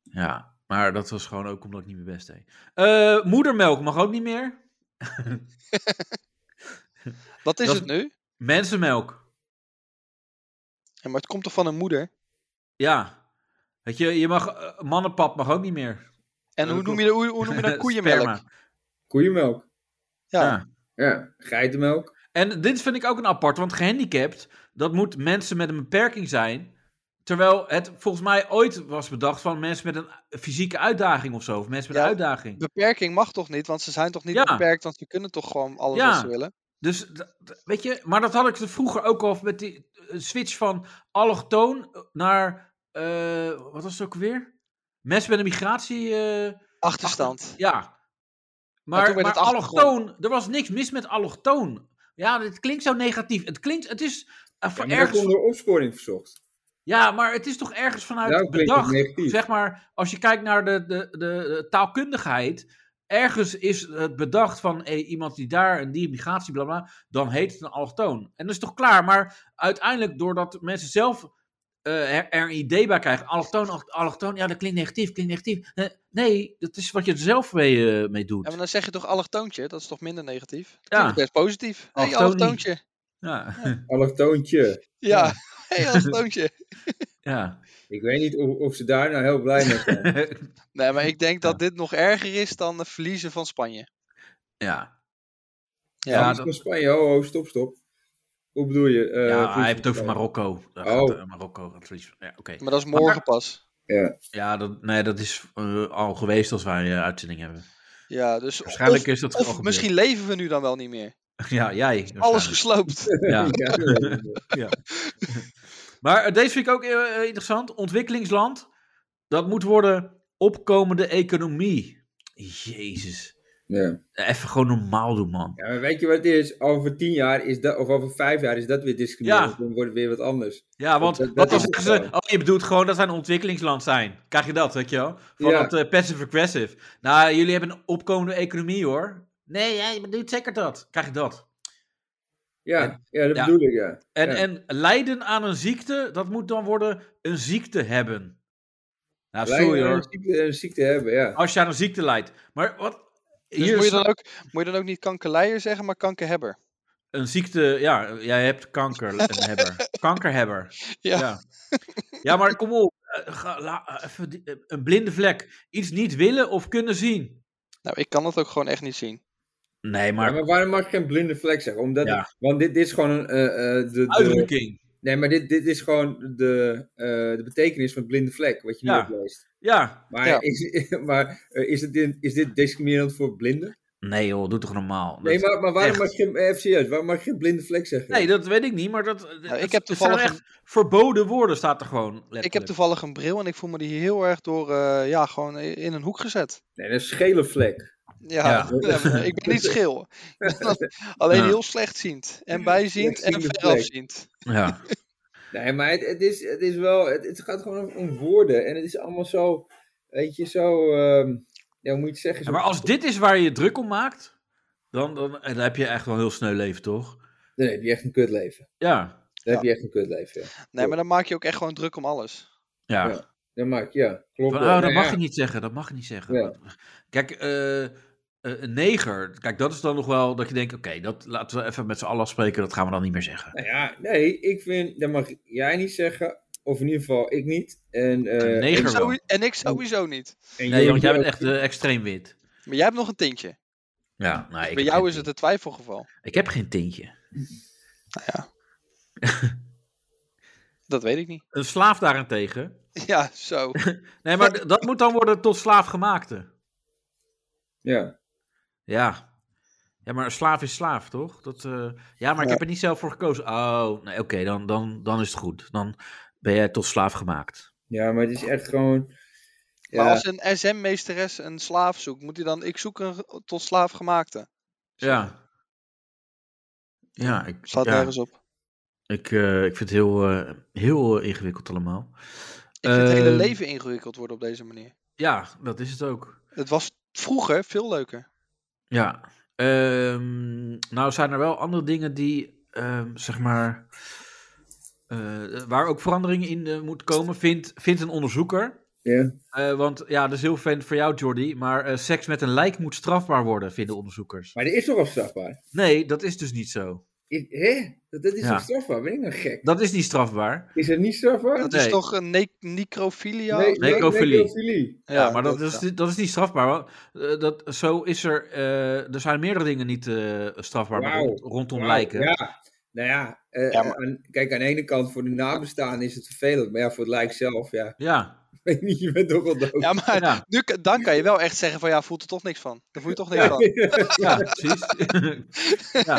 Ja, maar dat was gewoon ook omdat ik niet mijn best deed. Eh, moedermelk mag ook niet meer. Wat is Dat- het nu? Mensenmelk. Ja, maar het komt toch van een moeder? Ja. Weet je, je mag, eh, mannenpap mag ook niet meer. En dat hoe noem, klopt. je, de- hoe, hoe noem je dat koeienmelk? Sperma. Koeienmelk, Ja. Ja. ja, geitenmelk. En dit vind ik ook een apart, want gehandicapt, dat moet mensen met een beperking zijn. Terwijl het volgens mij ooit was bedacht van mensen met een fysieke uitdaging of zo. Of mensen met een Ja. uitdaging. Beperking mag toch niet, want ze zijn toch niet Ja. beperkt, want ze kunnen toch gewoon alles Ja. wat ze willen. Dus, d- d- weet je, maar dat had ik er vroeger ook al met die eh, switch van allochtoon naar, eh, wat was het ook weer? Mensen met een migratie, eh, Achterstand. ja. toen Maar, werd maar het achtergrond. allochtoon, er was niks mis met allochtoon. Ja, dit klinkt zo negatief. Het klinkt, het is eh, Ja, voor maar daar ergens komt er opsporing verzocht. Ja, maar het is toch ergens vanuit Daarom Nou, klinkt het bedacht. negatief. Zeg maar, als je kijkt naar de, de, de, de taalkundigheid. Ergens is het bedacht van hé, iemand die daar en die migratie, bla bla. Dan heet het een allochtoon. En dat is toch klaar. Maar uiteindelijk, doordat mensen zelf eh, er, er een idee bij krijgen. Allochtoon, allo- allochtoon, ja, dat klinkt negatief, klinkt negatief. Eh, nee, dat is wat je er zelf mee, eh, mee Ja, doet. maar dan zeg je toch allochtoontje, dat is toch minder negatief? Dat Ja. klinkt best positief. Hé, hey, Allochtoon niet. allochtoontje. Ja, Allochtoontje. Ja, hé, hey, allochtoontje. ja. Ik weet niet of, of ze daar nou heel blij mee zijn. Nee, maar ik denk dat dit nog erger is dan het verliezen van Spanje. Eh, ja. Ja, Ja, dat- van Spanje, oh, oh, stop, stop. Hoe bedoel je? ja, Eh, verlies hij heeft het van over Spanje. Marokko. Daar Oh. gaat, eh, Marokko, dat verlies- ja, oké. Maar dat is morgen Maar- pas. Ja, dat, nee, dat is eh, al geweest als wij eh, uitzending hebben. Ja, dus Waarschijnlijk of, is dat al of gebeurd. misschien leven we nu dan wel niet meer. Ja, jij. Alles waarschijnlijk. gesloopt. Dus Ja. Ja, dat weet ik. Maar eh, deze vind ik ook eh, eh, interessant. Ontwikkelingsland, dat moet worden opkomende economie. Jezus. ja. Even gewoon normaal doen, man. Ja, maar weet je wat het is? Over tien jaar is dat, of over vijf jaar is dat weer discriminatie. Ja. Dan wordt het weer wat anders. Ja, want Dat- dat, dat wat is zeggen het ze? wel. Oh, je bedoelt gewoon dat zij een ontwikkelingsland zijn. Krijg je dat, weet je wel? Van Ja. dat eh, passive-aggressive. Nou, jullie hebben een opkomende economie, hoor. Nee, jij bedoelt zeker dat. Krijg je dat. Ja, ja dat Ja. bedoel ik, ja. En, Ja. en lijden aan een ziekte, dat moet dan worden een ziekte hebben. Nou, Lijkt sorry wel hoor. Een ziekte, een ziekte hebben, ja. Als je aan een ziekte lijdt. Maar wat? Dus hier moet je, is dan ook, moet je dan ook niet kankerleier zeggen, maar kankerhebber. een ziekte, ja, jij hebt kanker, een hebber. Kankerhebber. Ja. Ja. ja, maar kom op. Eh, ga- la- eh, even die- eh, een blinde vlek. Iets niet willen of kunnen zien. Nou, ik kan dat ook gewoon echt niet zien. Nee, Maar, maar maar waarom mag ik geen blinde vlek zeggen? Omdat Ja. want dit, dit is gewoon een, eh, eh, de, de, uitdrukking. nee, maar dit, dit is gewoon de, eh, de betekenis van blinde vlek, wat je nu Ja. opleest. Ja. Maar, Ja. is, maar eh, is, dit, is dit discriminerend voor blinden? Nee joh, doe toch normaal. Nee, Dat- maar, maar waarom echt. mag je hem even serieus? Waarom mag je geen blinde vlek zeggen? nee, dat weet ik niet, maar dat... dat- Nou, ik heb het toevallig zijn echt verboden woorden, staat er gewoon letterlijk. Ik heb toevallig een bril en ik voel me die heel erg door, eh, ja, gewoon i- in een hoek gezet. Nee, dat is gele vlek. Ja, Ja. ja, maar ik ben niet schil. Ik ben Alleen Ja. heel slechtziend. En bijziend en Slechtziende verafziend. Ja. Nee, maar het, het, is, het is wel, het, het gaat gewoon om, om woorden. En het is allemaal zo, weet je, zo, ehm, ja, hoe moet je het zeggen? Ja, Zo- maar als dit is waar je je druk om maakt, dan, dan, dan heb je echt wel een heel sneu leven, toch? Dan heb je echt een kutleven. Ja, Dan Ja. heb je echt een kutleven, ja. Nee, maar dan maak je ook echt gewoon druk om alles. ja. Ja, Dan maak je, ja, klopt. Van, wel. oh, dat Nou mag ja, je niet zeggen, dat mag je niet zeggen. Ja. Kijk, eh, eh, een neger, kijk, dat is dan nog wel dat je denkt, oké, dat laten we even met z'n allen afspreken, dat gaan we dan niet meer zeggen. Nou ja, nee, ik vind, dat mag jij niet zeggen. Of in ieder geval, ik niet. En, eh, Een neger wel. en- Zowie- en ik sowieso niet. en Nee, want Jordi jij bent ook. echt eh, extreem wit. Maar jij hebt nog een tintje. Ja, nou, ik Dus Bij heb jou geen is het tint. een twijfelgeval. Ik heb geen tintje. ja. dat weet ik niet. Een slaaf daarentegen. Ja, zo. Nee, maar d- dat moet dan worden tot slaafgemaakte. Ja. Ja. Ja, maar een slaaf is slaaf, toch? Dat, eh, Ja, maar ik Ja. heb er niet zelf voor gekozen. Oh, nee, oké, dan, dan, dan is het goed. Dan ben jij tot slaaf gemaakt. ja, maar het is echt gewoon... Ja, Maar als een SM-meesteres een slaaf zoekt, moet hij dan... Ik zoek een ge- tot slaaf gemaakte. Ja. Ja, ik, Slaat ja, nergens op. ik, eh, ik vind het heel, eh, heel eh, ingewikkeld allemaal. Ik vind het hele Ehm. leven ingewikkeld worden op deze manier. Ja, dat is het ook. Het was vroeger veel leuker. Ja. Ehm, nou zijn er wel andere dingen die, ehm, zeg maar, eh, waar ook verandering in eh, moet komen, vindt vindt een onderzoeker. Ja. Eh, want ja, dat is heel vervelend voor jou, Jordi, maar eh, seks met een lijk moet strafbaar worden, vinden onderzoekers. Maar dat is toch al strafbaar? Nee, dat is dus niet zo. Is, hè? Dat, dat is Ja. toch strafbaar? Ben ik nou gek? Dat is niet strafbaar. Is het niet strafbaar? Dat Nee. is toch een ne- necrophilia? necrofilie. necrofilie. Ja, maar dat, is, dat is niet strafbaar. want, eh, dat, zo is er, eh, er zijn meerdere dingen niet eh, strafbaar Wauw. rond- rondom Wauw, lijken. Ja. Nou ja, eh, Ja, maar- aan- kijk, aan de ene kant voor de nabestaanden is het vervelend, maar ja, voor het lijk zelf, ja. ja. Weet niet, je bent toch wel dood. Ja, maar ja. nu, k- dan kan je wel echt zeggen van ja, voelt er toch niks van. Daar voel je toch niks Ja. van. Ja, precies. ja.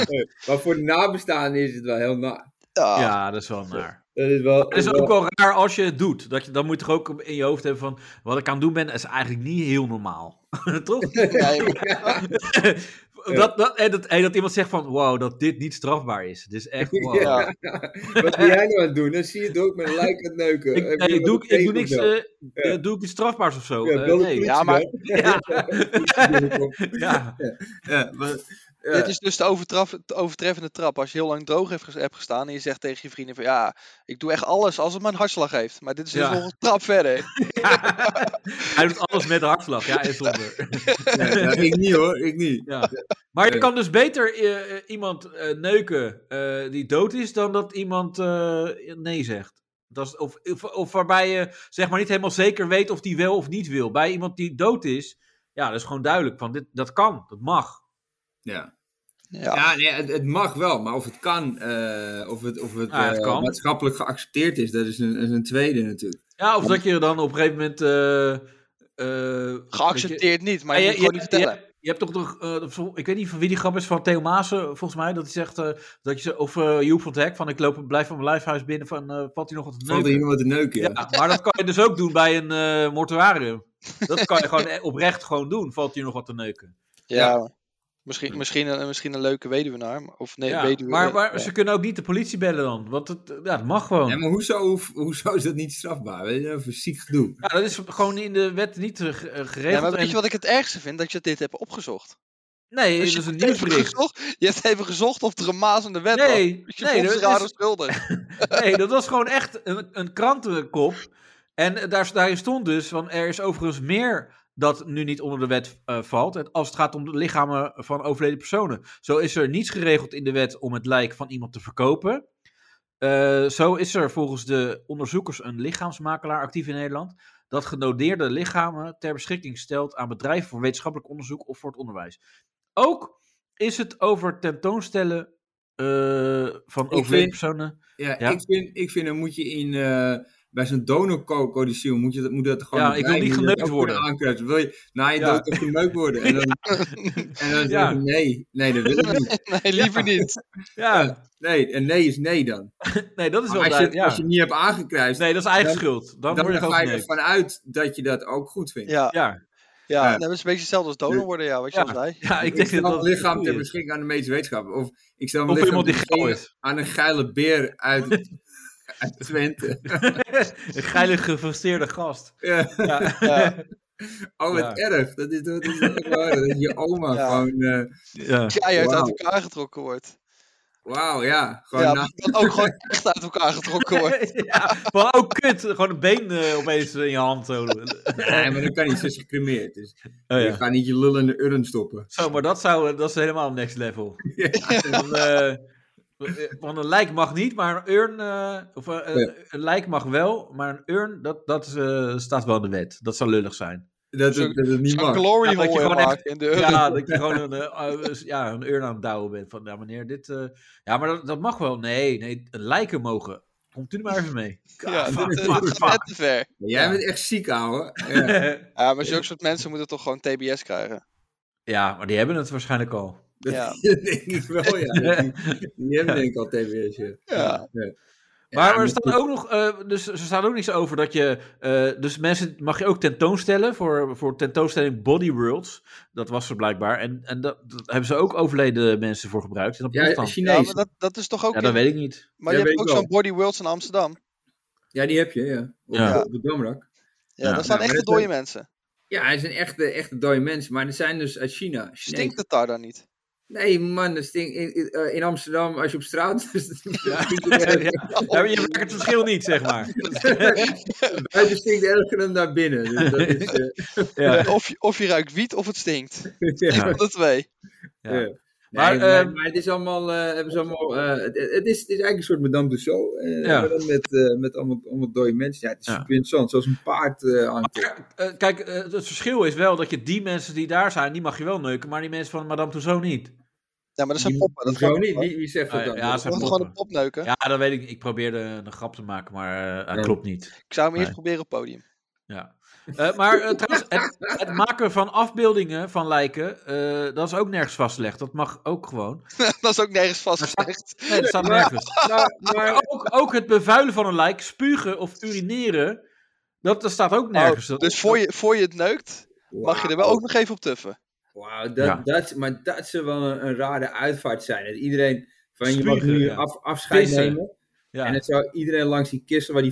Maar voor de nabestaanden is het wel heel na. Ja. ja, dat is wel naar. Dat is wel. Het is ook wel raar als je het doet. Dat je, dan moet je toch ook in je hoofd hebben van... wat ik aan het doen ben is eigenlijk niet heel normaal. Toch? Ja, je- dat, dat, en dat, en dat iemand zegt van... wow, dat dit niet strafbaar is. Dit is echt wow. Ja. Wat ben jij nou aan het doen? Dan zie je het ook met een lijk aan het neuken. Ik, Heb nee, je wat doe, ik, ik doe tegen niks, of zo? eh, eh, doe ik iets strafbaars of zo. Ja, Eh, bel de nee. politie Ja, maar- dan. Ja. Ja. Ja, maar- ja. Dit is dus de overtraf, de overtreffende trap. Als je heel lang droog heeft ges- hebt gestaan en je zegt tegen je vrienden van ja, ik doe echt alles als het maar een hartslag heeft. Maar dit is dus Ja. nog een trap verder. Hij doet alles met de hartslag. Ja, en zonder. Ja, ja, ik niet hoor, ik niet. Ja. Maar je kan dus beter eh, eh, iemand eh, neuken eh, die dood is dan dat iemand eh, nee zegt. Dat is, of, of, of waarbij je zeg maar niet helemaal zeker weet of die wel of niet wil. Bij iemand die dood is, ja, dat is gewoon duidelijk. Van dit, dat kan, dat mag. Ja, Ja. ja nee, het, het mag wel, maar of het kan, eh, of het, of het, Ja, het eh, kan. maatschappelijk geaccepteerd is, dat is een, is een tweede natuurlijk. Ja, of dat je dan op een gegeven moment. eh, eh, weet je- Geaccepteerd niet, Ja, maar je, je- moet gewoon je- niet vertellen. Je, je hebt toch toch, eh, zo- ik weet niet van wie die grap is, van Theo Maassen, volgens mij, dat hij zegt, eh, dat je, zo- of eh Joep van het Hek, van ik loop, blijf van mijn lijfhuis binnen, van eh, valt hij nog wat te Valt neuken? er iemand te neuken? Ja, maar dat kan je dus ook doen bij een eh, mortuarium. Dat kan je gewoon eh, oprecht gewoon doen. Valt hier nog wat te neuken. ja. Misschien, misschien, een, misschien een leuke weduwenaar. maar- Of nee, Ja, weduwe. maar maar ja. ze kunnen ook niet de politie bellen dan. Want het, eh, ja, dat mag gewoon. Ja, Ja, maar hoezo, hoef- hoezo is dat niet strafbaar? Weet je, nou, voor ziek gedoe. dat is gewoon in de wet niet eh, ge- eh, geregeld. Ja, maar weet En- je wat ik het ergste vind? Dat je dit hebt opgezocht. Nee, Dus dat is een je hebt even nieuwsbericht. gezocht- je hebt even gezocht of er een maas aan de wet was. Nee, Dus je nee, vond dat ze raar is- of schuldig. nee, dat was gewoon echt een, een krantenkop. En eh, daar, daarin stond dus van er is overigens meer dat nu niet onder de wet eh, valt. Het- Als het gaat om de lichamen van overleden personen. Zo is er niets geregeld in de wet om het lijk van iemand te verkopen. Eh, zo is er volgens de onderzoekers een lichaamsmakelaar actief in Nederland. Dat genodeerde lichamen ter beschikking stelt aan bedrijven voor wetenschappelijk onderzoek of voor het onderwijs. Ook is het over tentoonstellen eh, van overleden vind- personen. Ja, Ja. Ik, vind, ik vind, dan moet je in, eh, bij zo'n donorcodiciel, moet, je dat- moet dat gewoon... Ja, ik wil erbij, niet moet je dat geneukt ook worden. kunnen aankruisen. Wil je na je Ja. dood toch geneukt worden? En dan, en dan Ja. zeg je nee, nee, dat wil ik niet. Nee, liever niet. Ja, Nee, en nee is nee dan. nee, dat is wel Maar als duidelijk. je, als je Ja. het niet hebt aangekruist, Nee, dat is eigen Dan- schuld. Dan, dan word je ga gewoon je nee. ervan uit dat je dat ook goed vindt. Ja, ja. Ja. Ja. nee, dat is een beetje hetzelfde als donor worden, ja, wat je Ja. al zei. ja, ik Ik, denk stel dat mijn dat lichaam goed ter is. beschikking aan de medische wetenschap. Of ik stel mijn Of lichaam iemand die ter geil is. beschikking aan een geile beer uit, uit Twente. Een geile gefrustreerde gast. Ja. Ja. Ja. Oh, wat erg. Dat is, dat is echt waar. Dat je oma Ja. gewoon... eh, Ja. Ja, je uit Wauw. elkaar getrokken wordt. Wauw, ja. Gewoon ja, na- maar dat ook gewoon echt uit elkaar getrokken wordt. Ja, maar ook kut. Gewoon een been eh, opeens in je hand. Zo. Nee, maar dat kan niet. Ze is gecremeerd. Dus Oh, je ja. gaat niet je lul in de urn stoppen. Zo, maar dat, zou, eh, dat is helemaal next level. Van, eh, van een lijk mag niet, maar een urn... eh, of eh, een, een lijk mag wel, maar een urn, dat, dat eh, staat wel in de wet. Dat zou lullig zijn. Dat Zo'n- het, dat het niet Zo'n mag. glory Ja, dat je hole gewoon maakt echt- in de euro. Ja, dat je gewoon een, eh, eh, ja, een uur aan het douwen bent. Van, nou meneer, dit... eh, ja, maar dat, dat mag wel. Nee, nee, lijken mogen. Komt u er maar even mee. Ja, God, dit, eh, fuck, dit is fuck, net te ver. Jij bent echt ziek, ouwe. Eh, Ja. fuck. Ja, maar zulke soort mensen moeten toch gewoon TBS krijgen. Ja, maar die hebben het waarschijnlijk al. Dat Ja. denk ik wel, ja. Die, die hebben denk ik al TBS, ja. Ja. Maar maar er staat ook nog, eh, dus er staat ook niks over dat je, eh, dus mensen mag je ook tentoonstellen voor, voor tentoonstelling Body Worlds. Dat was er blijkbaar. En, en dat, dat hebben ze ook overleden mensen voor gebruikt. En dat Ja, ja, dan. Ja, Chinees. maar dat, dat is toch ook... Ja, dat in- weet ik niet. maar Ja, je hebt weet ook ik wel. zo'n Body Worlds in Amsterdam. Ja, die heb je, ja. Op, Ja. op de Domrak. Ja, Ja. daar staan Ja, echt maar de dat- dode mensen. Ja, hij is een echte, echte dode mens, maar er zijn dus uit China. Chinees. Stinkt het daar dan niet? Nee, man, dat stinkt in, in- eh, in Amsterdam als je op straat. Ja. Ja. Ja, maar je merkt het verschil niet, zeg maar. Buiten stinkt erger dan daar binnen. Dus dat is, eh, Ja. Of, je- of je ruikt wiet of het stinkt. ja. Van de twee. Ja. Nee, Maar, maar, eh, maar, het is allemaal, eh, hebben ze allemaal eh, het, het, is, het is eigenlijk een soort Madame Tussauds, eh, Ja. maar dan met, eh, met allemaal, allemaal dode mensen. Ja, het is Ja. super interessant, zoals een paard eh hangt. er. Eh, Kijk, eh, het verschil is wel dat je die mensen die daar zijn, die mag je wel neuken, maar die mensen van Madame Tussauds niet. Ja, maar dat zijn Die- poppen. Dat Hoezo kan niet? Wie, wie zegt dat Ah, dan? ja, Dat- ze- Dat zijn gewoon poppen. een pop neuken. Ja, dat weet ik. Ik probeerde een grap te maken, maar eh dat Ja. klopt niet. Ik zou hem eerst Nee. proberen op het podium. Ja. Eh, maar eh, trouwens, het, het maken van afbeeldingen van lijken, eh, dat is ook nergens vastgelegd. Dat mag ook gewoon. dat is ook nergens vastgelegd. Nee, dat staat nergens. maar, Nou, maar- Maar ook, ook het bevuilen van een lijk, spugen of urineren, dat, dat staat ook nergens. Oh, Dat- dus voor je, voor je het neukt, mag je er wel Oh. ook nog even op tuffen. Wauw, dat, Ja. dat, maar dat zou wel een, een rare uitvaart zijn. Dat iedereen van je mag Spugen, nu ja. af, afscheid Pissen. nemen. ja. En dan zou iedereen langs die kisten waar die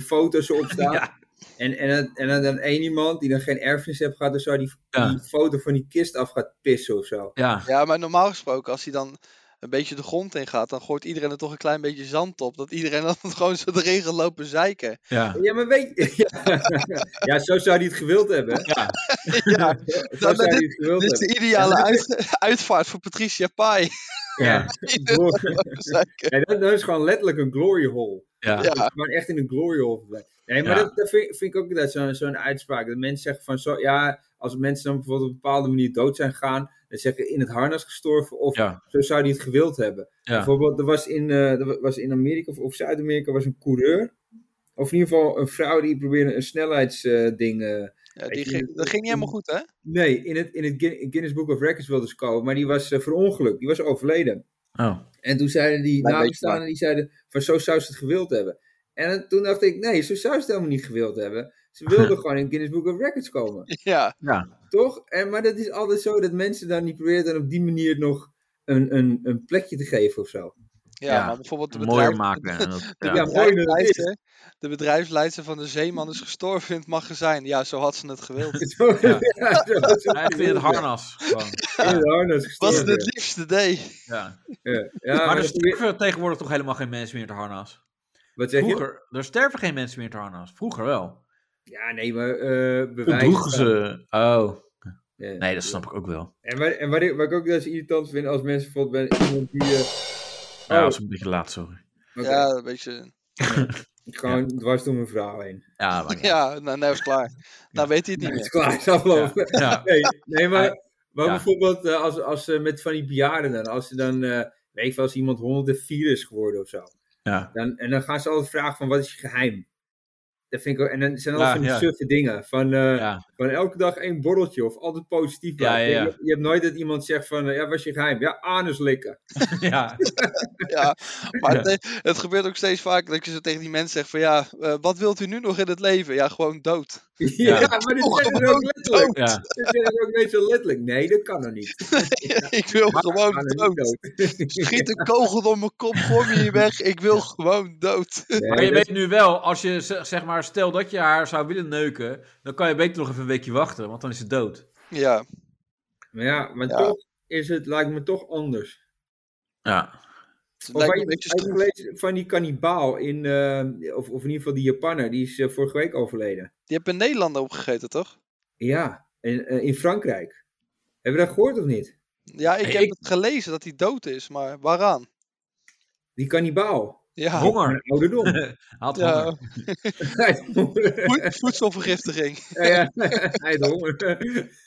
foto's op staan. Ja. En, en, dan- en dan, dan één iemand die dan geen erfenis heeft gehad, dan zou die, Ja. die foto van die kist af gaat pissen of zo. Ja. Ja, maar normaal gesproken, als hij dan een beetje de grond in gaat, dan gooit iedereen er toch een klein beetje zand op. Dat iedereen dan gewoon zo erin gaat lopen zeiken. Ja. Ja, maar weet je. Ja, ja zo zou hij het gewild hebben. hè? Ja. Ja, Zo Nou, zou maar hij het gewild dit is hebben. de ideale Ja, maar uit- uitvaart voor Patricia Pai. Dus, Ja. Glory- Zeiken. Ja, dat, dat is gewoon letterlijk een glory hole. Ja. Ja. Maar echt in een glory hole verblijft. Nee, maar Ja. dat, dat vind, vind ik ook inderdaad zo'n zo'n uitspraak. Dat mensen zeggen van zo, ja, als mensen dan bijvoorbeeld op een bepaalde manier dood zijn gegaan, dan zeggen in het harnas gestorven of Ja. zo zou die het gewild hebben. Ja. Bijvoorbeeld, er was in, eh, er wa- was in Amerika of, of Zuid-Amerika was een coureur. Of in ieder geval een vrouw die probeerde een snelheidsding. eh, Ja, Weet die je, ging, dat ging niet helemaal goed, hè? nee, in het, in het Guin- Guinness Book of Records wilde ze komen, maar die was eh, verongelukt. Die was overleden. Oh. En toen zeiden die Klein nabestaanden, die zeiden van zo zou ze het gewild hebben. En dan- toen dacht ik, nee, zo zou ze het helemaal niet gewild hebben. Ze wilden gewoon in het Guinness Book of Records komen, Ja. toch? En, maar dat is altijd zo dat mensen dan niet proberen dan op die manier nog een, een, een plekje te geven of zo. Ja, Ja, maar bijvoorbeeld de Mooier bedrijf, maken. En dat- Ja, ja. mooi dat het is. bedrijfsleidster, de bedrijfsleidster van de zeeman is gestorven in het magazijn. Ja, zo had ze het gewild. Zo- Ja. ja, zo- zo- Echt in het harnas. Gewoon. In het harnas Wat gestorven. ze het liefste deed. Ja. Ja, ja, maar Maar er dat probeer- sterven tegenwoordig toch helemaal geen mensen meer in het harnas? Wat zeg je? Vroeger, er sterven geen mensen meer in het harnas. Vroeger wel. Ja, nee, maar eh Toen bewijs. droegen ze. Oh. Ja. Oh. Nee, dat snap ik ook wel. En, wat, en wat, ik, wat ik ook wel eens irritant vind als mensen bijvoorbeeld bij iemand die... eh, Ja, Oh. dat is een beetje laat, sorry. oké, Ja, een beetje. Gewoon dwars door mijn vrouw heen. Ja, maar ja. Ja, nou, nou is klaar. Nou weet hij het niet Het is meer. klaar, het is afgelopen. ja. Nee, nee, maar, maar Ja. bijvoorbeeld eh, als, als ze met van die bejaarden dan, als ze dan, eh, weet ik veel, als iemand 104 is geworden of zo, ja. dan, en dan gaan ze altijd vragen van wat is je geheim? Dat vind ik ook, en dan zijn altijd Ja, van die ja. suffe dingen, van, eh, Ja. van elke dag één borreltje of altijd positief Ja, blijven. ja, ja. Je, je hebt nooit dat iemand zegt van, eh, ja, wat is je geheim? Ja, anus likken. Ja. Ja. Maar Ja. het, het gebeurt ook steeds vaker dat je zo tegen die mensen zegt van ja, eh, wat wilt u nu nog in het leven? Ja, gewoon dood. Ja, maar dit zeggen ze ook letterlijk. ja. Dit zeggen ze ook meestal letterlijk. Nee, dat kan nog niet. ik wil gewoon Kan nog dood. niet dood. Schiet een kogel door mijn kop, gooi me hier weg. Ik wil gewoon dood. Maar je Nee, dat- weet nu wel, als je z- zeg maar, stel dat je haar zou willen neuken, dan kan je beter nog even een weekje wachten, want dan is ze dood. Ja, Maar ja, maar Ja. toch is het, lijkt me toch anders. Ja. het Of lijkt had me een je- beetje had je stroef. gelezen van die kannibaal in, eh, of, of in ieder geval die Japanner, die is eh, vorige week overleden. Die hebben een Nederlander opgegeten, toch? Ja, in, eh, in Frankrijk. Hebben we dat gehoord of niet? Ja, ik Nee, heb ik- het gelezen dat hij dood is, maar waaraan? Die kannibaal. Ja, Honger. Ouderdom. Had ja. honger. Hij had honger. Voed- voedselvergiftiging. Ja, ja. Hij had honger.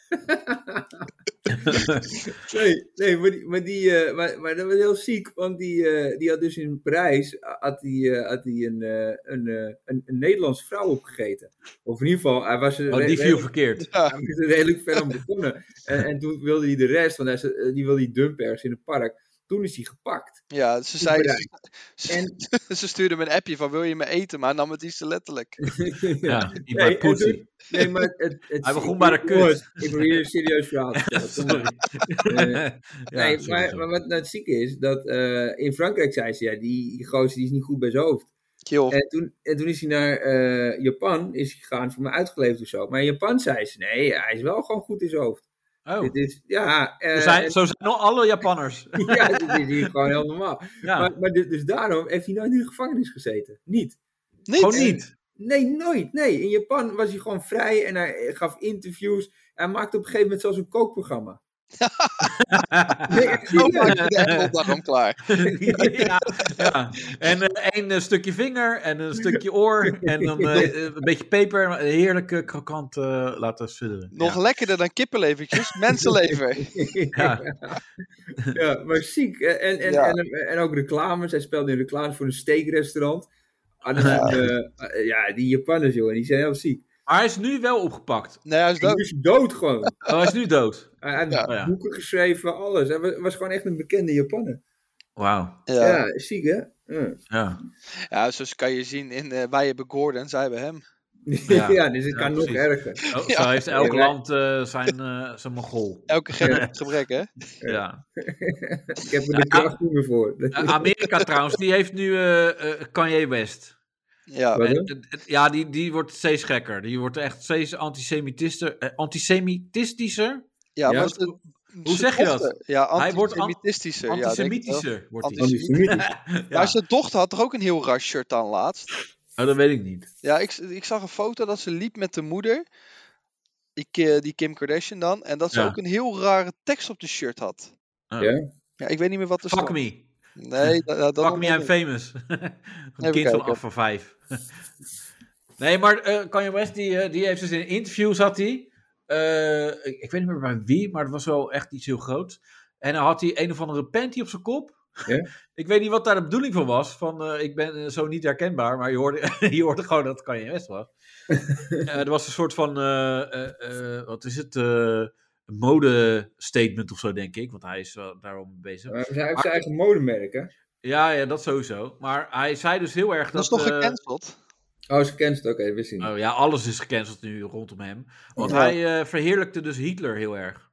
Nee, nee maar, die, maar, die, eh, maar, maar dat was heel ziek, want die, eh, die had dus in Parijs had die, eh, had die een, eh, een, eh, een, een Nederlands vrouw opgegeten. Of in ieder geval, hij was er Oh, die viel verkeerd. Ja, hij is er redelijk ver aan begonnen. En, en toen wilde hij de rest, want hij, is- die wilde hij dumpen ergens in het park. Toen is hij gepakt. ja ze, zei, ze, En, ze stuurde me een appje van wil je me eten, maar hij nam het iets te letterlijk. Ja, die Nee, maakt poetsie. het nee, maar het, het, Hij begon bij de kut. Jongens, Ik probeer een serieus verhaal te vertellen. Sorry. Eh, Ja, nee, sorry, maar, sorry. maar wat nou het zieke is, dat eh, in Frankrijk zei ze, ja, die, die gozer die is niet goed bij zijn hoofd. Kill. En toen, en toen is hij naar eh, Japan is hij gegaan, voor mij uitgeleverd of zo. Maar in Japan zei ze, nee, hij is wel gewoon goed in zijn hoofd. Oh, Dit is, ja, eh, zo zijn, zo zijn al alle Japanners. ja, dit is hier gewoon heel normaal. Ja, Maar, maar dus, dus daarom heeft hij nooit in de gevangenis gezeten. Niet. gewoon Niet? niet. Nee, nooit. Nee, in Japan was hij gewoon vrij en hij eh, gaf interviews. Hij maakte op een gegeven moment zelfs een kookprogramma. Nee, echt Zo serieus. maak je de appeldag om klaar. ja, ja. En eh, één eh, stukje vinger en een stukje oor en dan eh, eh, een beetje peper. Een heerlijke krokant eh, laten sudderen. Nog ja. lekkerder dan kippenlevertjes, mensenlever. Ja. ja, maar ziek. En, en, Ja. en, en ook reclames. Hij speelde in reclames voor een steakrestaurant. Ah, dat Ja. zijn, eh, eh, ja, die Japanners, jongen, die zijn heel ziek. Maar hij is nu wel opgepakt. Nee, hij is Hij dood. is dood gewoon. Oh, hij is nu dood. Hij hij heeft Ja. Oh, ja. boeken geschreven, alles. Hij was, was gewoon echt een bekende Japanner. Wauw. Ja, Ja. ziek hè? Ja, Ja. ja, zoals kan je zien in eh wij hebben Gordon, zij hebben hem. Ja. ja. dus het Ja, kan nog precies. erger. Oh, Ja. Zo heeft elk Ja. land eh, zijn, eh zijn mogol. Elke generatie gebrek, hè? Ja. Ik heb er de kracht niet meer voor. Eh, Amerika trouwens, die heeft nu eh, eh, Kanye West. Ja. Wat? En, eh, eh, ja, die, die wordt steeds gekker. Die wordt echt steeds antisemitischer, eh, antisemitistischer. ja, Ja. maar als de- Hoe zeg je dat? dochter- Ja, Hij wordt an- antisemitistischer. ja, denk ik wel. Antisemitischer wordt hij. Antisemitisch. Maar Ja. zijn dochter had er ook een heel ras shirt aan laatst. Oh, dat weet ik niet. Ja, ik, ik zag een foto dat ze liep met de moeder. Die, Ki- die Kim Kardashian dan. En dat ze Ja. ook een heel rare tekst op de shirt had. Oh. Ja? Ja, ik weet niet meer wat er Fuck stond. me. Nee, dat, dat Fuck me, allemaal I'm niet. famous. Een kind van kijken. 8 van 5. nee, maar eh Kanye West, die, eh, die heeft dus in interviews had hij. eh, ik, ik weet niet meer bij wie, maar het was wel echt iets heel groots. En dan had hij een of andere panty op zijn kop. Ja. ik weet niet wat daar de bedoeling van was. Van eh, ik ben eh, zo niet herkenbaar, maar je hoorde, je hoorde gewoon dat het Kanye West was. Eh, er was een soort van, eh, eh, eh, wat is het, eh mode-statement of zo, denk ik. Want hij is wel daarom bezig. Maar hij heeft zijn eigen modemerk, hè? Ja, ja, dat sowieso. Maar hij zei dus heel erg dat... Dat is eh, toch gecanceld? Oh, ze kent het, oké, wist hij niet. oh ja, alles is gecanceld nu rondom hem. Want Ja. hij eh, verheerlijkte dus Hitler heel erg.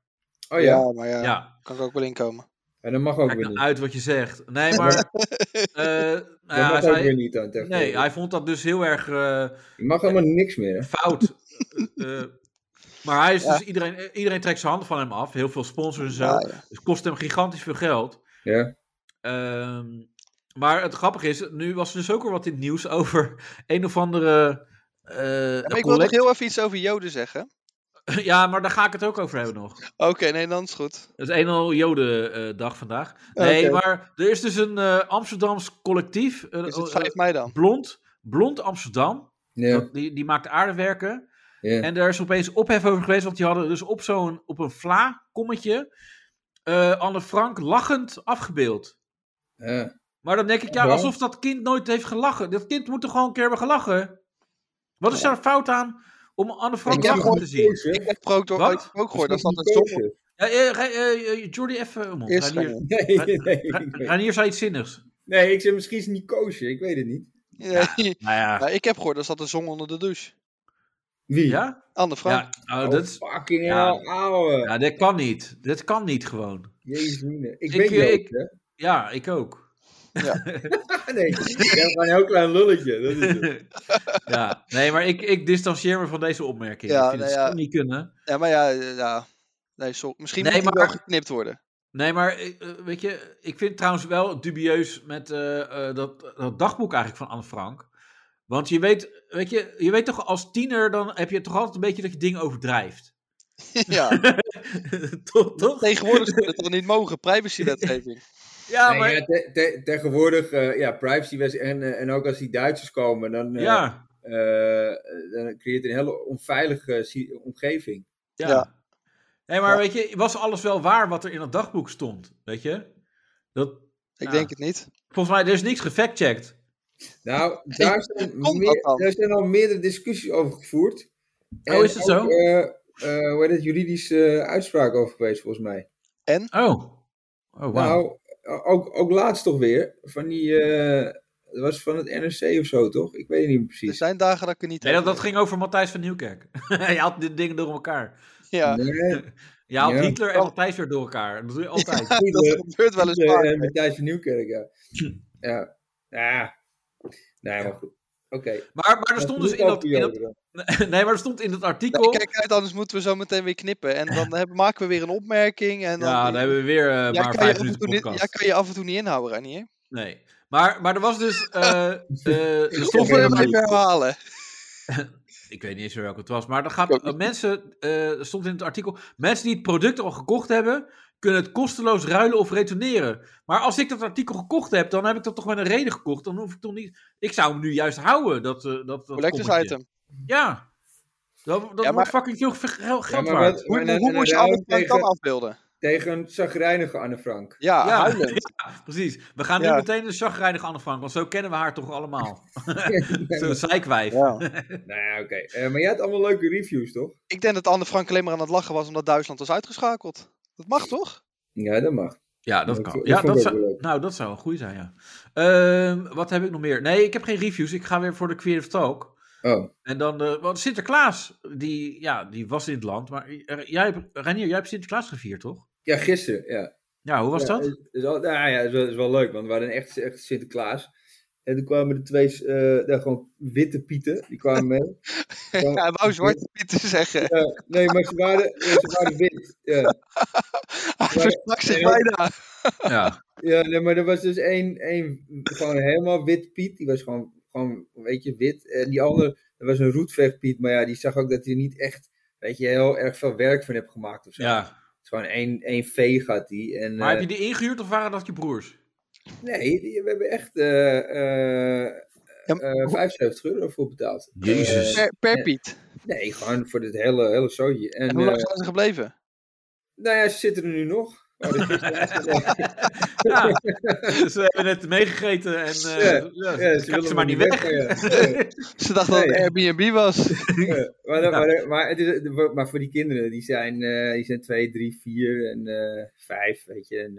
Oh ja, maar ja, Ja, kan ik ook wel inkomen. en dat mag ook kijk weer nou niet. uit wat je zegt. Nee, maar... eh, nou Dat ja, hij mag ook zei- weer niet dan tegenwoordig. nee, hij vond dat dus heel erg eh, Je mag helemaal niks meer, hè? fout. Eh, maar hij is Ja. dus iedereen, iedereen trekt zijn handen van hem af. Heel veel sponsors en zo. Ja, ja. Het kost hem gigantisch veel geld. Ja. Ehm, maar het grappige is, nu was er dus ook weer wat in het nieuws over een of andere... eh, Maar ik wil nog collect- heel even iets over Joden zeggen. Ja, maar daar ga ik het ook over hebben nog. Oké, nee, dan is het goed. Het is een en al Jodendag vandaag. Nee, Oké. maar er is dus een eh, Amsterdams collectief. eh, Is het eh, 5 mei dan? blond, blond Amsterdam. Ja, Dat, die, die maakt aardewerken. ja. En daar is opeens ophef over geweest. Want die hadden dus op zo'n op een vla-kommetje eh, Anne Frank lachend afgebeeld. ja. Maar dan denk ik, ja, Ja. alsof dat kind nooit heeft gelachen. Dat kind moet toch gewoon een keer hebben gelachen? Wat is daar fout aan om Anne Frank Ik heb lachend te zien? Ik heb er ook, door, Wat? ooit ook gehoord dat dat een niet stom Ja, eh, Rij- eh, eh, Jordi, even om ons. is. Reinier- gewoon. Nee, nee, Ra- ik weet- Ranier zei iets zinnigs. nee, ik zeg misschien is het niet koosje, ik weet het niet. Nee. Nou ja. Maar ik heb gehoord dat ze dat een zong onder de douche. Wie? Ja? Anne Frank. ja oh, dat, is- Oh, fucking ja. hell, ouwe. ja, dit kan niet. Dit kan niet gewoon. Jezus, mine. Ik, Ik- eh, ben Jood, ik- hè? Ja, ik ook. nee, ik heb maar een heel klein lulletje. Dat is het. ja, nee, maar ik, ik distancieer me van deze opmerking. Ja, ik vind nou het ja. zo niet kunnen. Ja, maar ja, eh, ja. Nee, sorry. Misschien Nee, moet die maar- wel geknipt worden. Nee, maar eh, eh, weet je, ik vind het trouwens wel dubieus met eh, eh, dat, dat dagboek eigenlijk van Anne Frank. Want je weet, weet je, je weet toch als tiener, dan heb je toch altijd een beetje dat je dingen overdrijft. ja. toch? toch? Tegenwoordig zou dat dan niet mogen, privacywetgeving. Ja, Nee, maar... ja, te- te- tegenwoordig, eh, ja, privacy was- en, eh, en ook als die Duitsers komen, dan, eh, ja. eh, dan creëert het een hele onveilige si- omgeving. Ja. Ja. Nee, maar Ja. weet je, was alles wel waar wat er in dat dagboek stond? Weet je? Dat, Ik Ja. denk het niet. volgens mij, er is niks gefactcheckt. Nou, daar zijn, komt meer- dat dan? daar zijn al meerdere discussies over gevoerd. Oh, is het zo? eh, eh, hoe heet het, juridische eh, uitspraak over geweest, volgens mij. Oh. Oh, wauw. Nou, ook, ook laatst toch weer. Van die, eh, dat was van het NRC of zo, toch? Ik weet het niet meer Er precies. zijn dagen dat ik er niet Nee, heb. dat, dat ging over Matthijs van Nieuwkerk. Hij haalt dit dingen door elkaar. Ja, Nee, Je haalt Ja. Hitler en Matthijs weer door elkaar. Dat doe je altijd. Hitler. dat gebeurt wel eens Eh, vaak. eh, Matthijs van Nieuwkerk, ja. Ja. Ja. Nee, maar goed. Oké. Maar, maar er stond dus in dat, in dat... Nee, maar er stond in dat Nee, artikel... kijk uit, anders moeten we zo meteen weer knippen. En dan hebben, maken we weer een opmerking. En dan, Ja, dan hebben we weer eh, Jij maar kan je vijf af en toe minuten niet- podcast. jij kan je af en toe niet inhouden, Ranier. Nee. Maar, maar er was dus... eh, eh, er Toch stond weer er helemaal even herhalen. Ik weet niet eens meer welke het was. Maar dan gaat, Ik ook eh, mensen, eh, er stond in het artikel, mensen die het product al gekocht hebben, kunnen het kosteloos ruilen of retourneren. Maar als ik dat artikel gekocht heb, dan heb ik dat toch met een reden gekocht. Dan hoef ik toch niet... Ik zou hem nu juist houden, dat, eh, dat, dat Collectors kommetje. item. Ja. Dat, dat maar- wordt fucking veel ge- geld Ja, maar waard. wat- Hoe, maar een- hoe een moet je ruil Anne Frank tegen- dan afbeelden? Tegen een zagrijnige Anne Frank. Ja, Ja, huilen. ja, precies. We gaan nu Ja. meteen een chagrijnig Anne Frank, want zo kennen we haar toch allemaal. Zo'n zeikwijf. Ja. Nou ja, oké. Eh, maar jij had allemaal leuke reviews, toch? Ik denk dat Anne Frank alleen maar aan het lachen was omdat Duitsland was uitgeschakeld. Dat mag toch? Ja, dat mag. Ja, dat Ik kan. vond- ik Ja, vond dat het ook zou, wel leuk. nou, dat zou een goeie zijn, ja. Ehm, wat heb ik nog meer? Nee, ik heb geen reviews. Ik ga weer voor de Creative Talk. Oh. En dan, eh, want Sinterklaas, die, ja, die was in het land. Maar eh, jij hebt, Reinier, jij hebt Sinterklaas gevierd, toch? Ja, gisteren, ja. Ja, hoe was Ja, dat? Is, is al, nou ja, is wel, is wel leuk, want we hadden echt, echt Sinterklaas. En toen kwamen de twee, eh, daar gewoon witte pieten, die kwamen mee. Ja, hij wou Zwarte Piet te zeggen. Ja, nee, maar ze waren, ja, ze waren wit. Ja. Hij verstak zich bijna. Ja. Ja, nee, maar er was dus één, één gewoon helemaal wit Piet. Die was gewoon, gewoon, weet je, wit. En die andere, dat was een roetvecht Piet. Maar ja, die zag ook dat hij niet echt, weet je, heel erg veel werk van heeft gemaakt of zo. ja. Het is gewoon één, één vee gaat die. En, Maar eh, heb je die ingehuurd of waren dat je broers? Nee, die- we hebben echt eh eh Ja, maar- eh, 75 euro voor betaald. Jezus. Eh, Per, per Piet. nee, gewoon voor dit hele, hele zootje. En, En hoe lang eh, zijn ze gebleven? nou ja, ze zitten er nu nog. Oh, Maar dat is- eh, Ja. ze hebben net meegegeten en eh Ja, ja, ze kijken ja, ze willen maar nog niet weg. ja. Ja. Ze dachten dat het Nee. Airbnb was. Ja, maar, dat- Ja. maar, maar, het is, maar voor die kinderen, die zijn, eh, die zijn twee, drie, vier en eh, vijf, weet je. En,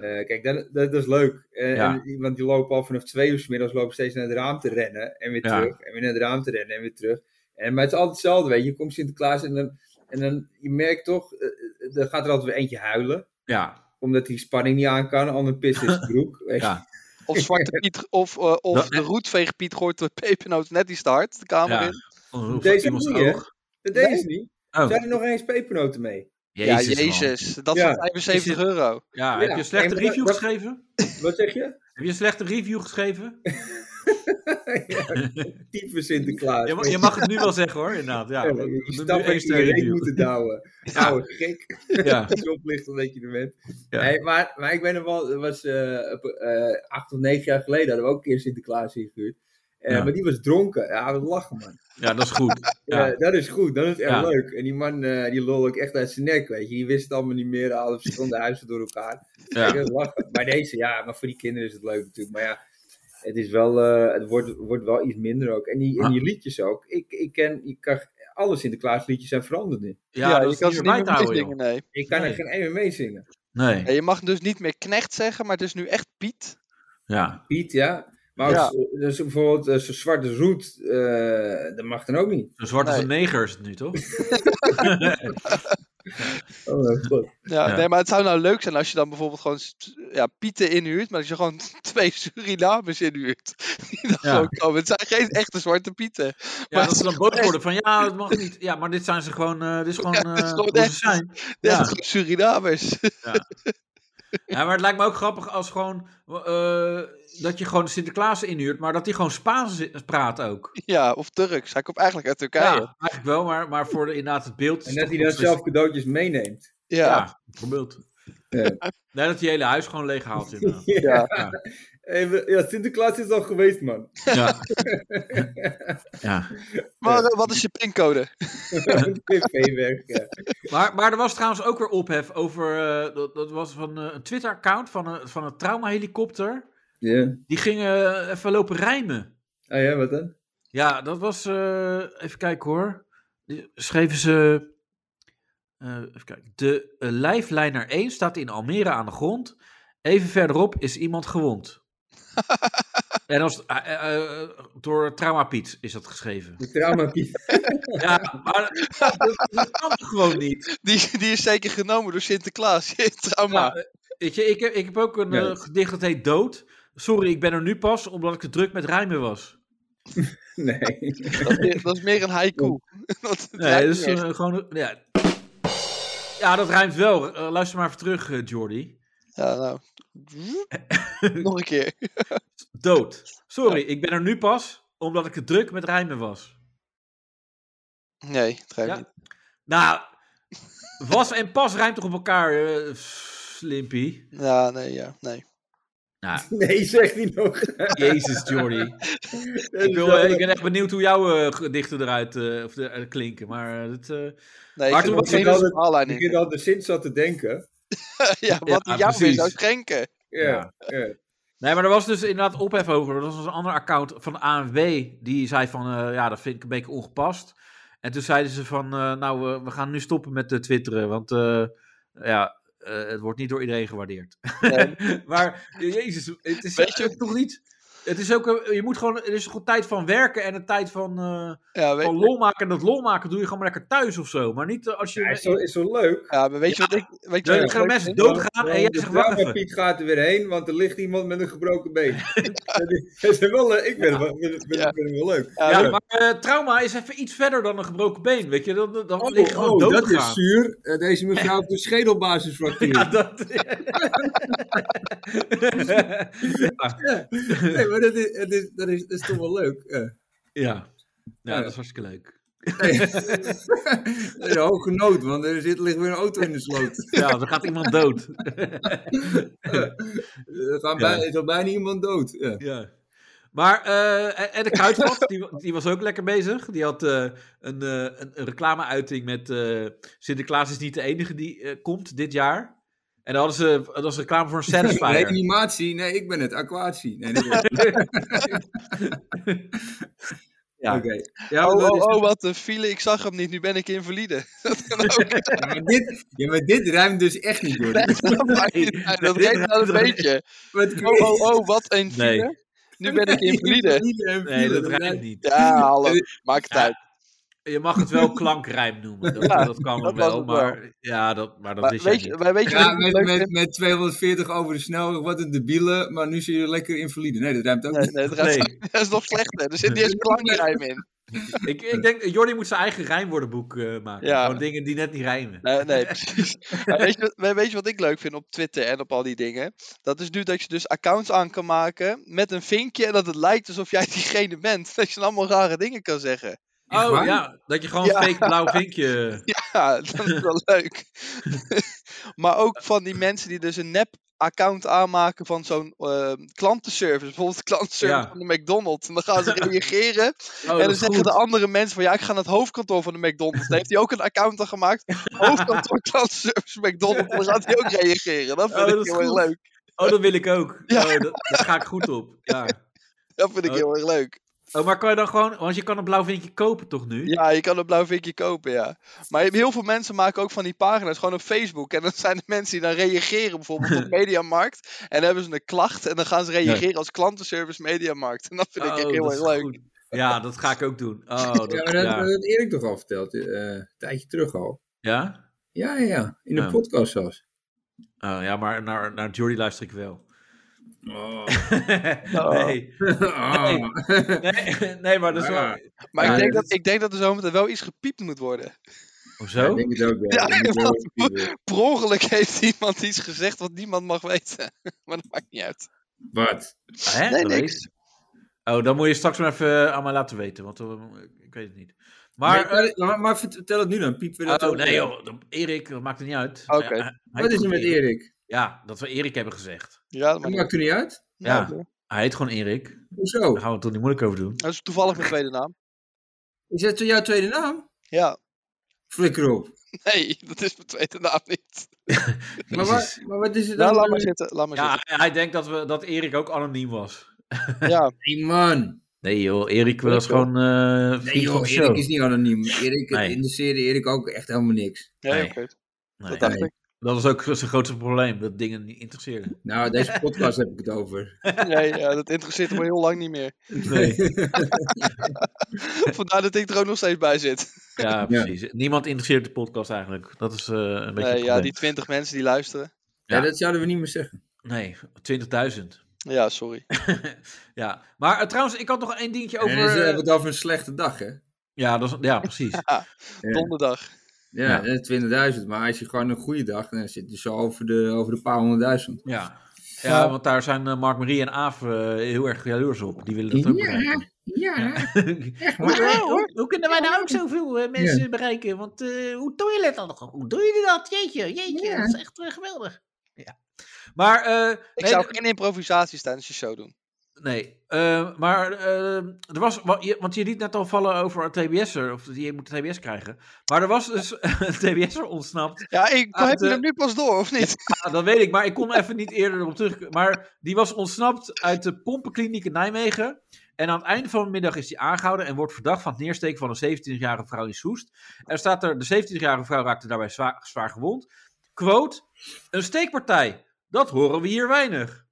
eh, eh, kijk, dat, dat, dat is leuk. Eh, Ja. en, want die lopen al vanaf twee uur 's middags lopen steeds naar het raam te rennen en weer Ja. terug. En weer naar het raam te rennen en weer terug. En, maar het is altijd hetzelfde, weet je. Je komt Sinterklaas en dan, en dan je merkt toch, eh, eh, dan gaat er altijd weer eentje huilen. Ja. Omdat hij spanning niet aan kan, ander pist in zijn broek. Weet je. Ja. Of Zwarte Piet, of, eh, of Dat- de roetveegpiet gooit de pepernoot net die start, de kamer Ja. in. Oh, Deze op iemands manier? oog. Dat deden Nee. ze niet. Oh, Zijn er nog eens pepernoten mee? Ja, jezus. man. jezus. Dat Ja. voor 75 euro. Ja, Ja, heb je een slechte nee, maar dat- review dat- geschreven? Wat zeg je? Heb je een slechte review geschreven? Type Sinterklaas. Je mag, je mag het nu wel zeggen hoor, inderdaad. Ja, Ja, we- we je doen stap nu één had ster je in review. moeten douwen. Nou, gek. Ja. Het is oplicht omdat je er bent. Ja. Nee, maar, maar ik ben er wel, dat was eh, op, eh, acht of negen jaar geleden, hadden we ook een keer Sinterklaas ingehuurd. Eh, Ja. Maar die was dronken. Ja, we lachen man. ja, dat is goed. Ja. Ja. dat is goed, dat is echt Ja. leuk. En die man, eh, die lol ook echt uit zijn nek, weet je. Die wist het allemaal niet meer, alle verschillende huizen door elkaar. Ja. Ja. lachen. Maar deze, ja, maar voor die kinderen is het leuk natuurlijk. Maar ja, het, is wel, eh, het wordt, wordt wel iets minder ook. En die, en die liedjes ook. Ik, ik ken, ik kan, alle Sinterklaas liedjes zijn veranderd nu. Ja, dat je is kan niet ze meer niet bij te meer houden, joh. meezingen, nee. Ik kan Nee. er geen één mee zingen. Ja, Nee, je mag dus niet meer knecht zeggen, maar het is nu echt Piet. ja. Piet, ja. Maar ook Ja. zo- dus bijvoorbeeld eh, zo'n zwarte roet, eh, dat mag dan ook niet. Zo zwart als Nee. een neger is het nu, toch? Oh, dat is goed. Ja, Ja. Nee, maar het zou nou leuk zijn als je dan bijvoorbeeld gewoon st- ja, Pieten inhuurt, maar dat je gewoon twee Surinamers inhuurt. Die dan Ja. gewoon komen. Het zijn geen echte Zwarte Pieten. Ja, Maar- dat ze dan boos worden van, ja, dat mag niet. Ja, maar dit zijn ze gewoon, eh, dit is gewoon, Ja, dit is eh, gewoon hoe ze echt. zijn. Dit Ja. zijn gewoon Surinamers. Ja, maar het lijkt me ook grappig als gewoon, eh, dat je gewoon Sinterklaas inhuurt, maar dat hij gewoon Spaans zi- praat ook. Ja, of Turks. Hij komt eigenlijk uit Ja, Turkije. eigenlijk wel, maar, maar voor de, inderdaad het beeld. is En dat toch hij dan nog steeds- zelf cadeautjes meeneemt. Ja. Ja, bijvoorbeeld. Nee, dat je hele huis gewoon leeg haalt. inderdaad. Ja. Ja. Hey, we- ja, Sinterklaas is al geweest, man. Ja. ja. Maar eh, wat is je pincode? PV-werk. Ja. Maar, maar er was trouwens ook weer ophef over. eh, dat, dat was van eh, een Twitter-account van een, van een traumahelikopter. Ja. Die ging eh, even lopen rijmen. Ah ja, wat dan? Ja, dat was. eh, even kijken hoor. Die Schreven ze. eh, even kijken. De eh, lijflijner 1 staat in Almere aan de grond. Even verderop is iemand gewond. en als, eh, eh, door Trauma Piet is dat geschreven. De trauma Piet. Ja, maar dat, dat kan gewoon niet. Die, die is zeker genomen door Sinterklaas. Trauma. Ja, Weet je, ik heb, ik heb ook een Ja. eh, gedicht dat heet Dood. Sorry, ik ben er nu pas omdat ik te druk met rijmen was. Nee. Dat, is meer, dat is meer een haiku. Dat Nee, dat is eh, gewoon... een- Ja. ja, dat rijmt wel. Eh, luister maar even terug, eh, Jordi. Ja, nou. Nog een keer. Dood. Sorry, ik ben er nu pas omdat ik te druk met rijmen was. Nee, het rijmt Ja. niet. Nou, was en pas rijmt toch op elkaar, eh, Slimpy? Ja, nee, ja, nee. Nou, Nee, zegt hij nog. jezus, Jordi. dus Dat Ik, is wil, wel- eh, ik ben echt benieuwd hoe jouw eh, gedichten eruit eh, of de, eh, klinken. Maar eh, dat, eh, Nee, Maar ik toen was heb er het geen wel dat- verhaallijn Ik in. heb al de zin zat te denken. ja, wat Ja, hij jou weer precies. zou schenken. Ja. ja. Nee, maar er was dus inderdaad ophef over. Er was dus een ander account van de ANW die zei van, eh, ja, dat vind ik een beetje ongepast. En toen zeiden ze van, eh, nou, we- we gaan nu stoppen met eh, twitteren, want eh, ja, eh, het wordt niet door iedereen gewaardeerd. Nee. maar, jezus, het is Weet je- ook toch niet... Het is ook, eh, je moet gewoon, er is gewoon tijd van werken en een tijd van, eh, Ja, weet, van lol maken. En dat lol maken doe je gewoon lekker thuis of zo. Maar niet eh, als je... Ja, is, zo, is zo leuk. ja, maar weet je wat ik... Weet je Dan wat ik gaan leuk mensen vind? doodgaan en jij de zegt, wacht trauma even. Piet gaat er weer heen, want er ligt iemand met een gebroken been. dat is, dat is wel, leuk. ik vind het wel- ik vind Ja. het wel leuk. Ja, Ja, weet- maar eh, trauma is even iets verder dan een gebroken been, weet je. Dan, dan, dan Oh, lig je gewoon oh, dat doodgaan. is zuur. Eh, Deze mevrouw heeft een schedelbasisfractuur. Ja, dat. ja. Nee, maar dat is, dat, is, dat, is, dat is toch wel leuk. Ja. Ja. dat is hartstikke leuk. Dat is een hoge nood, want er zit, ligt weer een auto in de sloot. Ja, dan gaat iemand dood. Er gaat bij, is al bijna iemand dood. Ja. Ja. Maar, eh, en- en de kruidvat, die, wa- die was ook lekker bezig. Die had eh, een, eh, een, een reclameuiting met eh, Sinterklaas is niet de enige die eh, komt dit jaar. En dan hadden ze, dat was reclame voor een Satisfier. Reanimatie, nee, ik ben het. Aquatie. Nee, dat is- Ja. Oké. Ja, Oh, maar dat oh, is- oh, wat een file. Ik zag hem niet. Nu ben ik invalide. Dat kan ook niet. Ja, maar dit, ja, maar dit ruimt dus echt niet door. Nee, dat dit rijdt wel een ruimt- beetje. Wat Oh, oh, oh, wat een file. Nee. Nu ben ik invalide. Nee, dat rijmt niet. Ja, hallo. Maakt het Ja, uit. Je mag het wel klankrijm noemen. Dat, Ja, dat kan dat was wel. het Maar, Ja, dat, maar dat Maar wist weet, jij je, niet. maar weet je wat Ja, ik met, leuk met, vind? met 240 over de snelweg, wat een debiele, maar nu zit je lekker invalide. Nee, dat ruimt ook Nee, niet. nee, dat, ruimt- Nee, dat is nog slechter. Er zit niet eens klankrijm in. ik, ik denk, Jordi moet zijn eigen rijmwoordenboek eh, maken. Ja. Gewoon dingen die net niet rijmen. Nee, Eh, nee precies. Maar weet, je, wat- maar weet je wat ik leuk vind op Twitter en op al die dingen? Dat is nu dat je dus accounts aan kan maken met een vinkje en dat het lijkt alsof jij diegene bent. Dat je dan allemaal rare dingen kan zeggen. Echt Oh waar? ja, dat je gewoon Ja. een fake blauw vinkje... Ja, dat is wel leuk. maar ook van die mensen die dus een nep account aanmaken van zo'n eh, klantenservice. Bijvoorbeeld klantenservice Ja. van de McDonald's. En dan gaan ze reageren Oh, en dat dan is zeggen goed. de andere mensen van ja, ik ga naar het hoofdkantoor van de McDonald's. Dan heeft hij ook een account aan gemaakt. Hoofdkantoor klantenservice McDonald's. Dan gaat hij ook reageren. Dat vind Oh, ik dat is heel erg goed. leuk. Oh, dat wil ik ook. Ja. Oh, dat, daar ga ik goed op. Ja. Dat vind ik Oh. heel erg leuk. Oh, maar kan je dan gewoon... Want je kan een blauw vinkje kopen toch nu? Ja, je kan een blauw vinkje kopen, ja. Maar je hebt heel veel mensen maken ook van die pagina's gewoon op Facebook. En dan zijn er mensen die dan reageren bijvoorbeeld op Mediamarkt. En dan hebben ze een klacht en dan gaan ze reageren als klantenservice Mediamarkt. En dat vind ik Oh, echt dat heel is erg leuk. goed. Ja, dat ga ik ook doen. Oh, dat, Ja, ja, maar dat dat had Erik toch al verteld, eh, een tijdje terug al. ja? Ja, ja, ja. In een Ja. podcast zelfs. Oh, ja, maar naar, naar Jordi luister ik wel. Oh. Nou. Ah. nee. Nee, nee, maar dat is wel... Maar Ja, ik, denk dat dat, ik denk dat er zometeen wel iets gepiept moet worden. Hoezo? Ik denk het ook, Ja, ja. Ik denk het ook. Per ongeluk heeft iemand iets gezegd wat niemand mag weten. Maar dat maakt niet uit. Wat? Hè? Nee, Dat weet niks. Oh, dan moet je straks maar even eh, aan mij laten weten, want dan- ik weet het niet. Maar, Maar, maar, maar, vertel het nu dan, Piep. we dat oh, ook- nee joh, dat- Erik, dat maakt het niet uit. Oké. Eh, hij- eh, Wat is er met Erik? Ja, dat we Erik hebben gezegd. Ja, dat Dat maakt niet maakt er niet uit. Ja. uit, hoor. Hij heet gewoon Erik. Hoezo? Daar gaan we het toch niet moeilijk over doen. Dat is toevallig mijn tweede naam. Is dat jouw tweede naam? Ja. Flikker op. Nee, dat is mijn tweede naam niet. Maar, Jezus. wat- maar wat is het Nou, dan? laat maar zitten. Laat maar eh, Ja, hij, hij denkt dat, we, dat Erik ook anoniem was. zitten. Ja, Nee, man. Nee joh, Erik was joh. gewoon eh Nee, vriend van joh, de Erik show. is niet anoniem. Erik Nee. interesseerde Erik ook echt helemaal niks. ja Nee. oké. Nee, dat dacht nee. ik. Dat was ook zijn grootste probleem, dat dingen niet interesseerden. Nou, deze podcast heb ik het over. Nee, ja, dat interesseert me heel lang niet meer. Nee. Vandaar dat ik er ook nog steeds bij zit. Ja, precies. Niemand interesseert de podcast eigenlijk. Dat is eh, een beetje Nee, het ja, probleem. die 20 mensen die luisteren. Ja. Ja. dat zouden we niet meer zeggen. Nee, 20.000. Ja, sorry. ja, maar eh, trouwens, ik had nog één dingetje Over... over... En dan is eh, het wat over een slechte dag, hè? ja, dat is, ja, precies. Ja. Donderdag. Ja, eh, 20.000. Maar als je gewoon een goede dag, dan zit je zo over de, over de paar honderdduizend. Ja. Ja, want daar zijn eh, Mark, Marie en Aaf eh, heel erg jaloers op. Die willen dat ook bereiken. ja. hoe, Nou, hoe, hoe kunnen wij nou ook zoveel eh, mensen bereiken? Want eh, hoe doe je dat dan? Hoe doe je dat? Jeetje, jeetje, Ja. dat is echt eh, geweldig. Ja. Maar, eh, Ik nee, zou geen improvisaties tijdens je show doen. nee, eh, maar eh, er was, wa- je- want je liet net al vallen over een TBS'er, of die moet een TBS krijgen. Maar er was dus een TBS'er ontsnapt Ja, ik, Ah, heb je de- hem nu pas door, of niet? Ja, dat weet ik, maar ik kon even niet eerder erop terug. Maar die was ontsnapt uit de pompenkliniek in Nijmegen. En aan het einde van de middag is hij aangehouden en wordt verdacht van het neersteken van een 17-jarige vrouw in Soest. Er staat er, de 17-jarige vrouw raakte daarbij zwaar, zwaar gewond. Quote, een steekpartij, dat horen we hier weinig.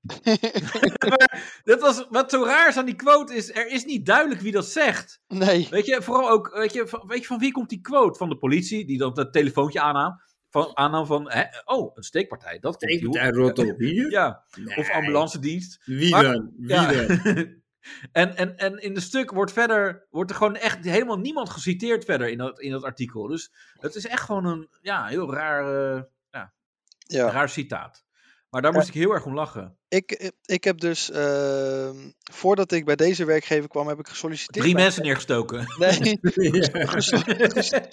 maar dat was, wat zo raar is aan die quote is, er is niet duidelijk wie dat zegt. Nee. Weet je, vooral ook, weet je, van, weet je van wie komt die quote? Van de politie, die dan dat telefoontje aannam. Van, aannam van, hè, oh, een steekpartij. Dat komt Ik joh. daar rot op hier. Ja, Nee. of ambulance dienst. Wie Maar- dan? Wie Ja. dan? en, en, en in de stuk wordt verder, wordt er gewoon echt helemaal niemand geciteerd verder in dat, in dat artikel. Dus het is echt gewoon een, ja, heel raar, eh, Ja. raar citaat. Maar daar moest ik heel erg om lachen. Ik, ik heb dus, ehm, voordat ik bij deze werkgever kwam, heb ik gesolliciteerd. Drie bij- mensen neergestoken. Nee, Ja.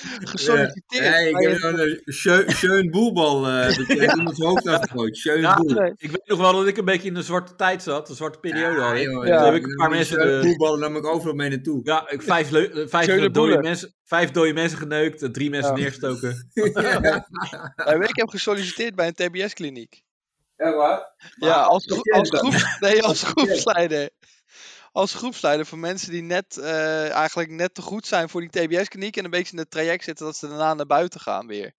gesolliciteerd. Nee, ik bij heb een- gewoon een Schön- Schön Boelbal eh, bekend. Iemands hoofd afgegooid. Schön Ja, Boel. nee. Ik weet nog wel dat ik een beetje in de zwarte tijd zat, een zwarte periode had ik. joh, Ja. Toen heb ik een paar die mensen Schön de- Boelbal nam ik overal mee naartoe. Ja, ik, vijf, leu- eh, vijf, Schöne eh, dode boelen. mensen, vijf dode mensen geneukt, eh, drie mensen Ja. neergestoken. Nee, maar ik heb gesolliciteerd bij een TBS-kliniek. Ja, waar? Ja, Ah, als, dat groe- ken als, ik dan. groeps- nee, als groepsleider. Als groepsleider voor mensen die net, eh, eigenlijk net te goed zijn voor die TBS-kliniek. En een beetje in het traject zitten dat ze daarna naar buiten gaan weer.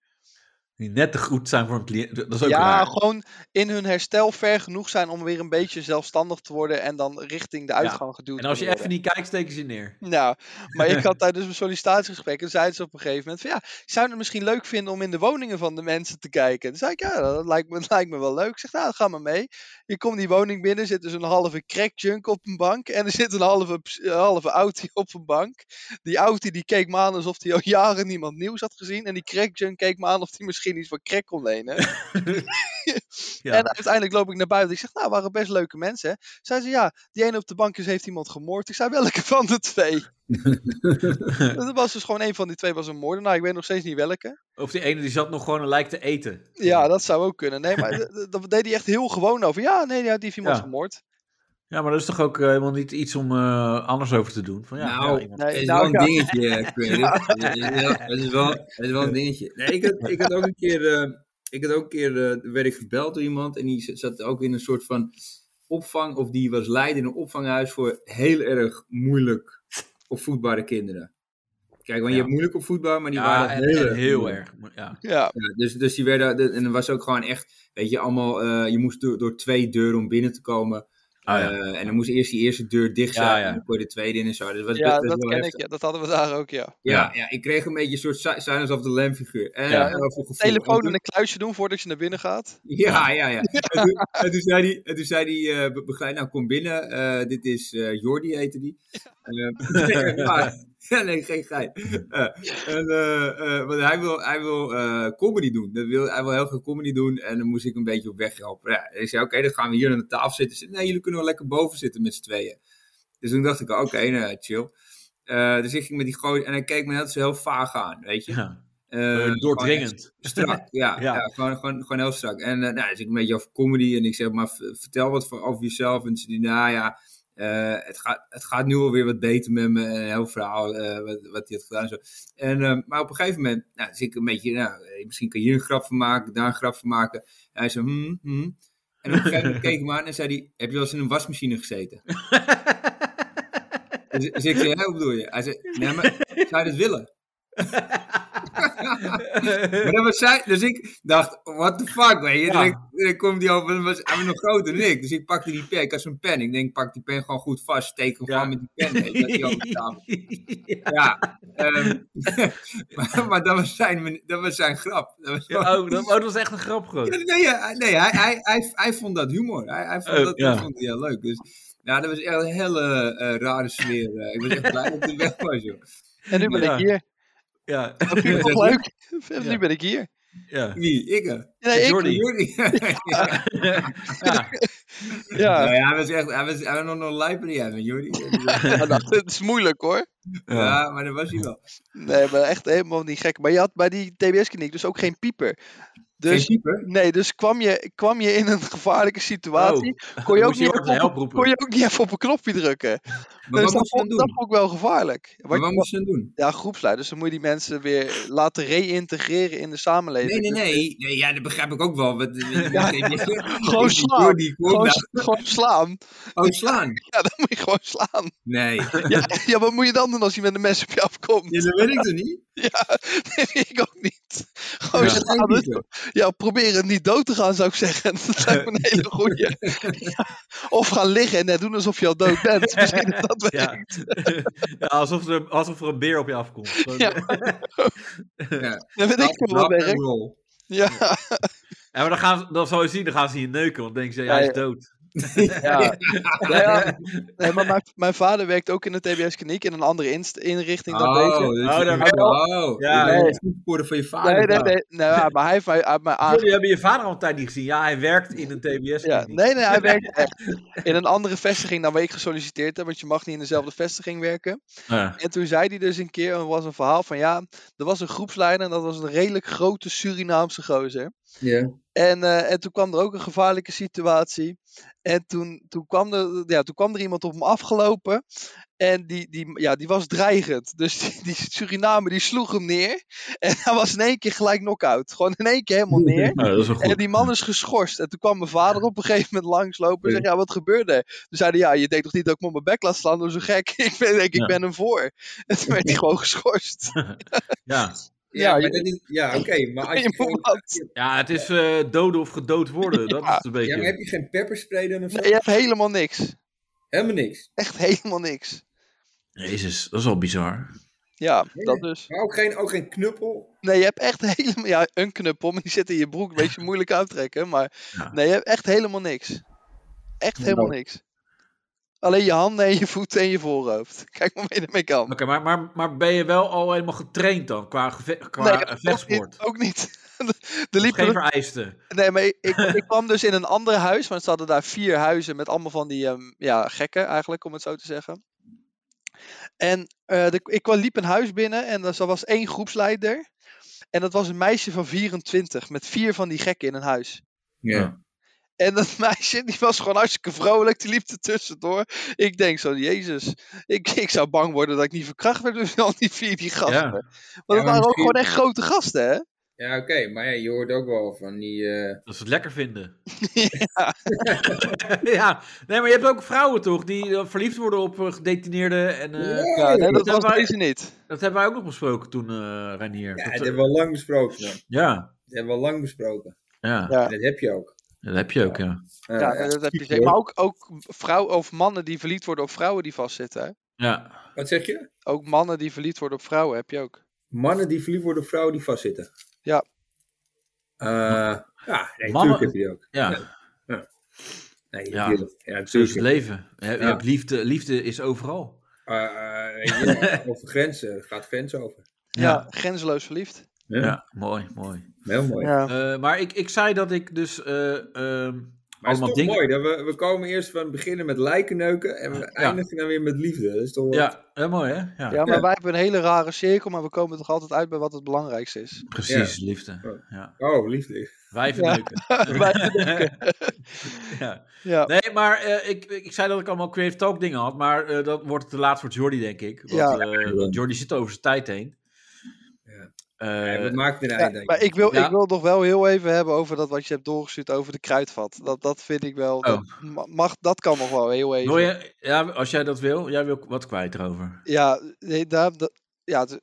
Die net te goed zijn voor een cliënt. Dat is ook Ja, raar. gewoon in hun herstel ver genoeg zijn om weer een beetje zelfstandig te worden. En dan richting de uitgang geduwd En als te je worden. even niet kijkt, steken ze je neer. Nou, maar ik had tijdens mijn sollicitatiegesprek en zeiden ze op een gegeven moment van ja, zou je het misschien leuk vinden om in de woningen van de mensen te kijken? Toen zei ik ja, dat lijkt me, lijkt me wel leuk. Ik zeg nou, ga maar mee. Je komt die woning binnen, zit dus een halve crackjunk op een bank en er zit een halve, ps- een halve Audi op een bank. Die Audi die keek me aan alsof hij al jaren niemand nieuws had gezien en die crackjunk keek me aan of hij misschien iets van crack kon lenen. Ja. En uiteindelijk loop ik naar buiten. Ik zeg, nou, waren best leuke mensen. hè. Zei ze, ja, die ene op de bankjes heeft iemand gemoord. Ik zei, welke van de twee? dat was dus gewoon een van die twee was een moordenaar. Ik weet nog steeds niet welke. Of die ene die zat nog gewoon een lijk te eten. Ja, dat zou ook kunnen. Nee, maar d- d- dat deed hij echt heel gewoon over. Ja, nee, ja, die heeft iemand Ja. vermoord. Ja, maar dat is toch ook eh, helemaal niet iets om eh, anders over te doen. Van, ja, Nou, ja, iemand- Nee, Het is nou, wel een ja. dingetje, eh, Query. Het is wel- Het is wel- het is wel een dingetje. Nee, ik, had, ik had ook een keer, eh, ik had ook een keer eh, werd ik gebeld door iemand en die z- zat ook in een soort van opvang, of die was leider in een opvanghuis voor heel erg moeilijk opvoedbare kinderen. Kijk, want je Ja. hebt moeilijk opvoedbaar, maar die ja, waren en- en heel, heel, erg moeilijk. erg. mo- Ja. Ja, Ja, dus, dus die werden, de- en dan was ook gewoon echt, weet je, allemaal, eh, je moest door, door twee deuren om binnen te komen. Ah, ja. Eh, en dan moest eerst die eerste deur dicht Ja, zijn, ja. en dan kon je de tweede in en zo. Dus dat was ja best- best dat wel ken heftig. ik. Ja, dat hadden we daar ook, ja. Ja, ja, ik kreeg een beetje een soort Si- Silence of the Lamb figuur. En, Ja. eh, voor gevoel. Telefoon En in toen- een kluisje doen voordat je naar binnen gaat. Ja, ja, ja. En, toen, en toen zei die, en toen zei die eh, be- begeleider, nou kom binnen, eh, dit is eh, Jordi heette die. Eh, ja, ja, nee, geen gein. Eh, en, eh, eh, want hij wil, hij wil eh, comedy doen. Dat wil, hij wil heel veel comedy doen en dan moest ik een beetje op weg helpen. Ja, ik zei, oké, dan gaan we hier aan de tafel zitten. Ze zei, nee, jullie kunnen wel lekker boven zitten met z'n tweeën. Dus toen dacht ik, oké, nou, chill. Eh, dus ik ging met die gooi en hij keek me net zo heel vaag aan, weet je. Ja. En Eh, doordringend. Strak, ja. Ja. ja. gewoon, gewoon, gewoon heel strak. En eh, nou, dus ik een beetje over comedy en ik zeg, maar v- vertel wat voor, over jezelf. En ze die, nou ja, eh, het, gaat, het gaat nu alweer wat beter met me. En een heel verhaal eh, wat, wat hij had gedaan en zo. En, eh, maar op een gegeven moment, nou, dus ik een beetje, nou, eh, misschien kan je hier een grap van maken, daar een grap van maken. En hij zei, hmm, hmm. En op een gegeven moment keek ik hem aan en zei hij, heb je wel eens in een wasmachine gezeten? Dus, dus ik zei, hè, wat bedoel je? Hij zei, nee, maar zou je dat willen? Maar dat was zij, dus ik dacht, what the fuck, weet je. Ja. En dan- dan komt die over, en was, hij was nog groter dan ik. Dus ik pakte die pen, ik had zo'n pen. Ik denk, pak die pen gewoon goed vast, steek hem Ja. gewoon met die pen. Weet je, dat die over de tafel. Ja, ehm, maar, maar dat, was zijn, men- dat was zijn grap. Dat was Ja, oh, dat, oh, dat was echt een grap gewoon. Nee, ja, nee hij, hij, hij, hij vond dat humor. Hij, hij vond Oh, dat ja. hij vond het heel leuk. Dus nou, dat was echt een hele eh, rare sfeer. eh. ik was echt blij dat het weg was, joh. En nu ben Ja. ik hier. Ja, Dat vind ik toch Ja. leuk. En nu Ja. ben ik hier. ja. Wie? Ik? eh? Nee, ik, Jordi. Jordi? Ja. Ja. ja. Nou ja, hij was echt, hij was, hij was nog een lijper die hij met Jordi. Ja, nou, het is moeilijk hoor. Ja. maar dat was hij wel. Nee, maar echt helemaal niet gek. Maar je had bij die TBS-kliniek dus ook geen pieper. Geen Dus keeper? nee, dus kwam je, kwam je in een gevaarlijke situatie. Oh, kon, je ook moest je niet Jordi even help op, roepen. kon je ook niet even op een knopje drukken. Maar wat dus dat moest je vond, dan dat doen? vond ik wel gevaarlijk. Maar Wat- wat moest je dan doen? ja, groepsleiders. dus Dan moet je die mensen weer laten reïntegreren in de samenleving. Nee, nee, nee. nee ja, dat begrijp ik ook wel. Wat, Ja. Gewoon slaan. Jordi, ik hoor Gewoon, dat. gewoon slaan. Oh, slaan. Ja, dan moet je gewoon slaan. Nee. Ja, ja, wat moet je dan doen als hij met een mes op je afkomt? Ja, dat weet ik toch niet? Nee, weet ik ook niet. Gewoon Ja. Oh, slaan. Geen Dat- keeper. Ja, proberen niet dood te gaan, zou ik zeggen. Dat lijkt me een hele goeie. Ja, Of gaan liggen en net doen alsof je al dood bent. Misschien is dat wel. Ja. Ja, alsof, er, alsof er een beer op je afkomt. Gewoon- Ja. Dan weet ik veel wat Rock and werkt. roll. Ja, Ja, maar dan, gaan ze, dan zal je zien, dan gaan ze je neuken. Want dan denken ze, ja, Ja, hij is ja. dood. ja. Nou ja, nee, maar mijn, mijn vader werkt ook in de TBS-kliniek in een andere inst- inrichting dan deze. dit is- Oh, daar- oh, Ja, dit is nee. een voetsporen van je vader. Nee, nee, nee. Nou, ja, maar hij heeft mij, hij heeft mij aange- Jullie hebben je vader al een tijd niet gezien. Ja, hij werkt in een tbs Ah. Ja, kliniek nee, nee, hij werkt echt in een andere vestiging dan waar ik gesolliciteerd heb, want je mag niet in dezelfde vestiging werken. Ja. En toen zei hij dus een keer, er was een verhaal van ja, er was een groepsleider en dat was een redelijk grote Surinaamse gozer. Ja. En, eh, en toen kwam er ook een gevaarlijke situatie. En toen, toen, kwam, er, ja, toen kwam er iemand op hem afgelopen. En die, die, ja, die was dreigend. Dus die, die Suriname die sloeg hem neer. En hij was in één keer gelijk knock-out. Gewoon in één keer helemaal neer. Nou, dat is wel En die man is geschorst. En toen kwam mijn vader op een gegeven moment langslopen en zei, ja, wat gebeurde er? Toen zei hij, ja, je denkt toch niet dat ik me op mijn bek laat slaan door zo'n gek? Ik ben, denk, ik Ja. ben hem voor. En toen werd hij gewoon geschorst. Ja. Ja, Ja, maar dat is- ja, oké. maar als Je je moet gewoon- wat. ja, het is eh, doden of gedood worden. Dat Ja. is een beetje... Ja, maar heb je geen pepperspray dan of zo? Nee, je hebt helemaal niks. Helemaal niks. Echt helemaal niks. Jezus, dat is al bizar. Ja, Nee. dat dus. Maar ook geen, ook geen knuppel. Nee, je hebt echt helemaal... Ja, een knuppel, maar die zit in je broek. Een beetje moeilijk uittrekken, maar... Ja. Nee, je hebt echt helemaal niks. Echt helemaal niks. Alleen je handen en je voeten en je voorhoofd. Kijk maar mee je ermee kan. Oké, maar, maar, maar ben je wel al helemaal getraind dan? Qua, geve- qua Nee, eh, vechtsport? Ook niet. Er Of liepen Geen er vereisten. Nee, maar ik, ik, ik kwam dus in een ander huis, want ze hadden daar vier huizen met allemaal van die ehm, ja, gekken eigenlijk, om het zo te zeggen. En eh, de- ik kwam, liep een huis binnen en er was één groepsleider. En dat was een meisje van 24 met vier van die gekken in een huis. Ja. En dat meisje, die was gewoon hartstikke vrolijk, die liep er tussendoor. Ik denk zo, jezus, ik, ik zou bang worden dat ik niet verkracht werd door al die vier die gasten. Ja. Want maar dat waren ook misschien- gewoon echt grote gasten, hè? Ja, oké. maar ja, je hoort ook wel van die... eh, Dat ze het lekker vinden. Ja. Nee, maar je hebt ook vrouwen toch? Die eh, verliefd worden op eh, gedetineerden. En, eh, Ja, nee, dat Ja, was maar- deze niet. Dat hebben wij ook nog besproken toen, eh Reinier. Ja, Dat- dat hebben we al lang besproken. man. ja, Dat hebben we al lang besproken. ja, Ja. En dat heb je ook. dat heb je ook, ja. Eh, Ja, dat heb je zeker. Maar ook, ook vrouwen of mannen die verliefd worden op vrouwen die vastzitten. hè. Ja, Wat zeg je? Ook mannen die verliefd worden op vrouwen heb je ook. Mannen die verliefd worden op vrouwen die vastzitten. Ja. Eh, ja, nee, Mannen- natuurlijk heb je die ook. ja. Nee, Ja. natuurlijk. Ja, zo is natuurlijk. het leven. Je, je Ja. hebt liefde, liefde is overal. Eh, eh, ja, over grenzen. Het gaat grenzen over. Ja, grenzeloos verliefd. ja. mooi, mooi. Heel mooi. Ja. Eh, maar ik, ik zei dat ik dus eh, ehm, Maar het allemaal is toch dingen. mooi. Dat we, we komen eerst van beginnen met lijkenneuken en we eindigen dan weer met liefde. Dat is toch wel- Ja, heel mooi hè? Ja, Ja, maar wij hebben een hele rare cirkel, maar we komen toch altijd uit bij wat het belangrijkste is. precies, liefde. Ja. Ja. Oh, liefde. Wij verneuken. ja. Ja, Nee, maar eh, ik, ik zei dat ik allemaal Creative Talk dingen had, maar eh, dat wordt te laat voor Jordi, denk ik. Want, Ja. eh, want Jordi zit over zijn tijd heen. Ja. Eh, Ja, wat maakt het nou er Ja, eind aan? maar ik wil, Ja. ik wil nog wel heel even hebben over dat wat je hebt doorgestuurd over de kruidvat. Dat, dat vind ik wel. Dat, ma- mag, dat kan nog wel heel even. Oh. wil je, ja, als jij dat wil, jij wil wat kwijt erover. Ja, nee, daar, dat- ja, de,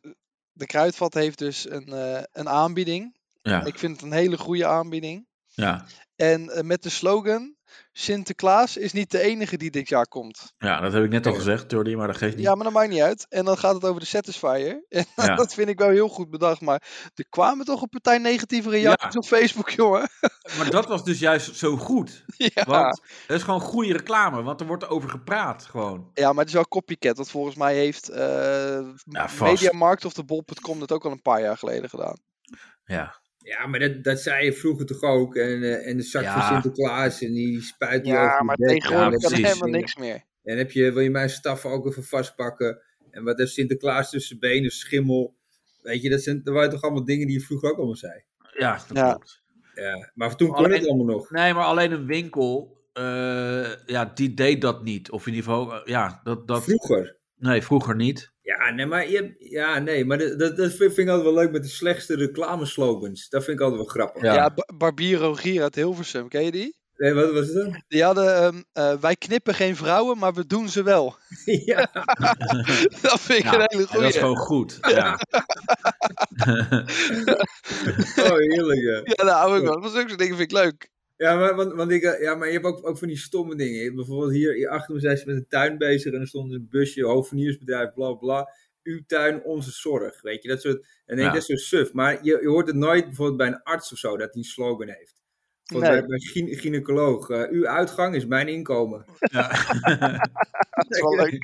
de kruidvat heeft dus een, eh, een aanbieding. Ja, Ik vind het een hele goede aanbieding. ja, En eh, met de slogan: Sinterklaas is niet de enige die dit jaar komt. ja, dat heb ik net al gezegd, Jordi, maar dat geeft niet. Ja, maar dat maakt niet uit. En dan gaat het over de Satisfier. En Ja. dat vind ik wel heel goed bedacht. Maar er kwamen toch een partij negatieve reacties op Facebook, jongen. Maar dat was dus juist zo goed. ja. Want dat is gewoon goede reclame, want er wordt over gepraat gewoon. Ja, maar het is wel copycat. Want volgens mij heeft eh vast. Mediamarkt of de Bol.com dat ook al een paar jaar geleden gedaan. Ja, Ja, maar dat, dat zei je vroeger toch ook. En, eh, en de zak Ja. van Sinterklaas en die spuit die over Ja, je maar bek. tegenwoordig Ja, kan er precies. helemaal niks meer. En heb je, wil je mijn staf ook even vastpakken? En wat heeft Sinterklaas tussen benen, schimmel? Weet je, dat, zijn, dat waren toch allemaal dingen die je vroeger ook allemaal zei. ja dat Ja. klopt. Ja, maar toen kon Alleen- het allemaal nog. Nee, maar alleen een winkel, eh, ja, die deed dat niet. Of in ieder geval, eh, ja, dat, dat... Vroeger. Nee, vroeger niet. Ja, nee, maar, je, hebt- ja, nee, maar dat, dat, dat vind ik altijd wel leuk met de slechtste reclameslogans. Dat vind ik altijd wel grappig. Ja. Ja, Ba- Barbiro Gier uit Hilversum, ken je die? Nee, wat was het dan? Die hadden, ehm, eh, wij knippen geen vrouwen, maar we doen ze wel. ja, dat vind ik Ja, een hele En dat is goeie. gewoon goed. Ja. oh, heerlijk. Ja. Ja, daar hou ik wel. Dat is ook zo'n ding, vind ik leuk. Ja, maar, want, want ik, eh, ja, maar je hebt ook, ook van die stomme dingen. Bijvoorbeeld hier, hier achter me zijn ze met een tuin bezig en er stond een busje, hoofdverniersbedrijf, bla bla. Uw tuin, onze zorg. Weet je, dat soort. En denk, Ja. dat is zo suf. Maar je, je hoort het nooit bijvoorbeeld bij een arts of zo dat hij een slogan heeft. Bijvoorbeeld bij, Nee. bij een gyne- gynaecoloog. eh, uw uitgang is mijn inkomen. Dat is wel leuk.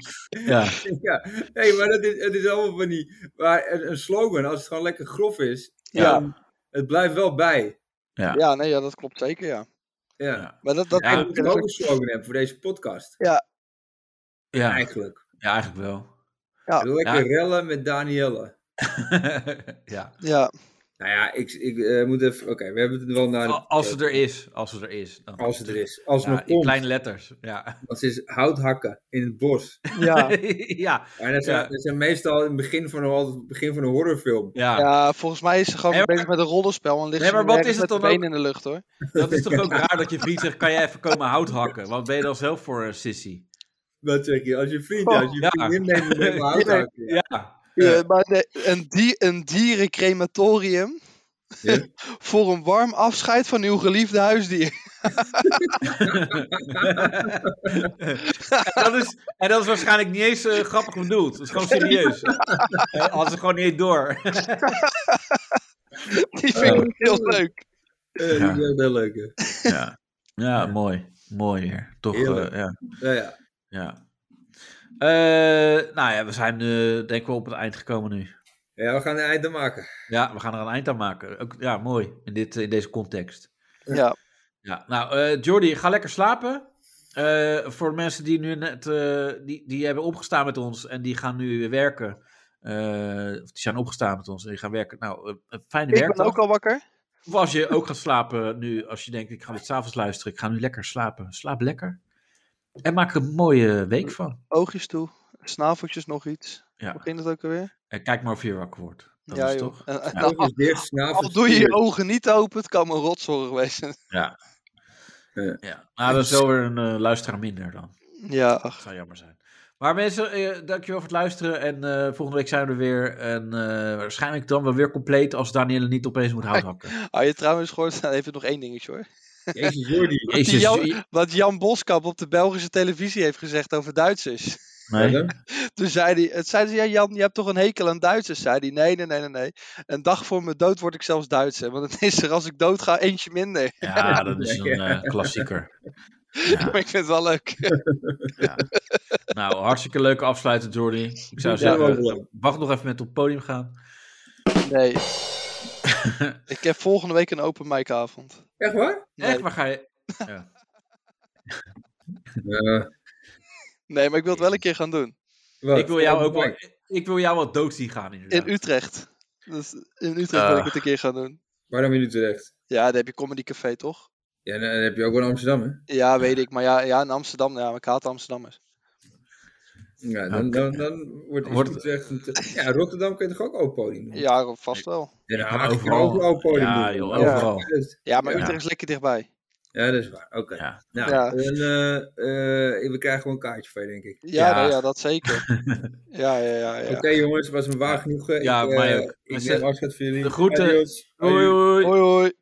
ja. ja, nee, maar dat is, het is allemaal van die. Maar een, een slogan, als het gewoon lekker grof is, Ja. dan- het blijft wel bij. Ja. Ja, nee, ja, dat klopt zeker, ja. Ja. Ja. Maar dat, dat Ja, Ik vind moet ik ook een slogan hebben voor deze podcast. Ja. Eigenlijk. ja, eigenlijk wel. Lekker rellen met Danielle. ja. Ja, Nou ja, ik, ik eh, moet even. Oké, we hebben het wel naar. de- Al- Als het er is. Als het er is. Dan als het er is. Als het Ja, nog in komt. kleine letters. Ja. Want ze is hout hakken in het bos. ja, ja. En dat zijn, Ja. dat zijn meestal in het begin van een, altijd het begin van een horrorfilm. ja. ja, volgens mij is ze gewoon Nee, maar- bezig met een rollenspel. En ligt Nee, ze maar nu wat ergens is het met de dan ook? benen in de lucht, hoor. Dat is toch ook raar dat je vriend zegt, kan jij even komen hout hakken? Wat ben je dan zelf voor een sissy? Dat zeg je. Als je vriend, Oh, als je ja. vriendin neemt, dan neem je hout Ja. hakken. Ja. Ja. Ja, Eh, maar de- een, die, een dierencrematorium Ja. voor een warm afscheid van uw geliefde huisdier. En dat, is, en dat is waarschijnlijk niet eens eh, grappig bedoeld. Dat is gewoon serieus. Eh, Als ze gewoon niet door. Die vind ik Oh. ook heel leuk. Eh, Ja. Dat is echt heel leuk. hè. Ja, ja mooi. Mooi weer. Toch, eh, Heerlijk. ja. Nou ja. ja. Eh, nou ja, we zijn eh, denk ik wel op het eind gekomen nu. ja, we gaan een eind aan maken. Ja, we gaan er een eind aan maken. Ook, ja, mooi. In, dit, eh, in deze context. Ja, Ja, nou, eh Jordi, ga lekker slapen. Eh, voor de mensen die nu net eh, die, die hebben opgestaan met ons en die gaan nu weer werken. eh, of die zijn opgestaan met ons en die gaan werken. Nou, eh, een fijne ik ben werkdag. ook al wakker. Of als je ook gaat slapen nu, als je denkt, ik ga het s'avonds luisteren, ik ga nu lekker slapen. Slaap lekker. En maak er een mooie week van. Oogjes toe, snaveltjes nog iets. Ja. Hoe ging dat ook alweer? En kijk maar of je wakker wordt. Dat ja, is joh. toch? En- en Ja. al- Oog is dicht, snavel al doe je je gestuurd. ogen niet open, het kan me een rotzorg wezen. Ja. Nou, dat is wel weer een eh, luisteraar minder dan. Ja, ach. Dat zou jammer zijn. Maar mensen, eh, dankjewel voor het luisteren. En eh, volgende week zijn we er weer. En eh, waarschijnlijk dan wel weer compleet als Danielle niet opeens moet houthakken. Had je trouwens gehoord, nou, even nog één dingetje hoor. Jezus Jordi. Jezus. jou- je- Wat Jan Boskamp op de Belgische televisie heeft gezegd over Duitsers. Nee. Wat dan? Toen zei hij, het zeiden ze, ja Jan, je hebt toch een hekel aan Duitsers? Zei hij, nee, nee, nee, nee, nee. Een dag voor mijn dood word ik zelfs Duitser. Want het is er als ik dood ga eentje minder. Ja, dat is een eh, klassieker. Ja. Maar ik vind het wel leuk. Nou, hartstikke leuke afsluiten, Jordi. Ik zou Ja, wel zeggen, leuk. wacht nog even met op het podium gaan. Nee. ik heb volgende week een open mic avond. Echt waar? Nee. Echt, waar ga je? Eh, Nee, maar ik wil het wel een keer gaan doen. wat? Ik wil jou ook wel, Kijk, ik wil jou wel dood zien gaan inderdaad. In Utrecht. Dus in Utrecht wil ik Ah. het een keer gaan doen. Waarom in Utrecht? Ja, daar heb je Comedy Café, toch? Ja, dan dan heb je ook wel Amsterdam, hè? Ja, weet ik. Maar ja, ja in Amsterdam. Ja, maar ik haat Amsterdammers. Ja, dan, dan, dan wordt is Wordt- Utrecht... een te- Ja, Rotterdam kun je toch ook open podium doen? Ja, vast wel. En dan Ja, maar haak ik overal. ook een open podium Ja, doen. joh, Ja. overal. Ja, maar Ja. Utrecht is lekker dichtbij. Ja, dat is waar. Oké. Ja. Nou, Ja. dan, eh, eh, we krijgen gewoon een kaartje van je, denk ik. Ja, Ja. nou ja, dat zeker. ja, ja, ja. ja. Oké, jongens, was me waar genoeg. eh, Ja, ik, eh, mij ook. Ik Zeg- neem afscheid van jullie. De groeten. Adios. Hoi, hoi. Hoi, hoi.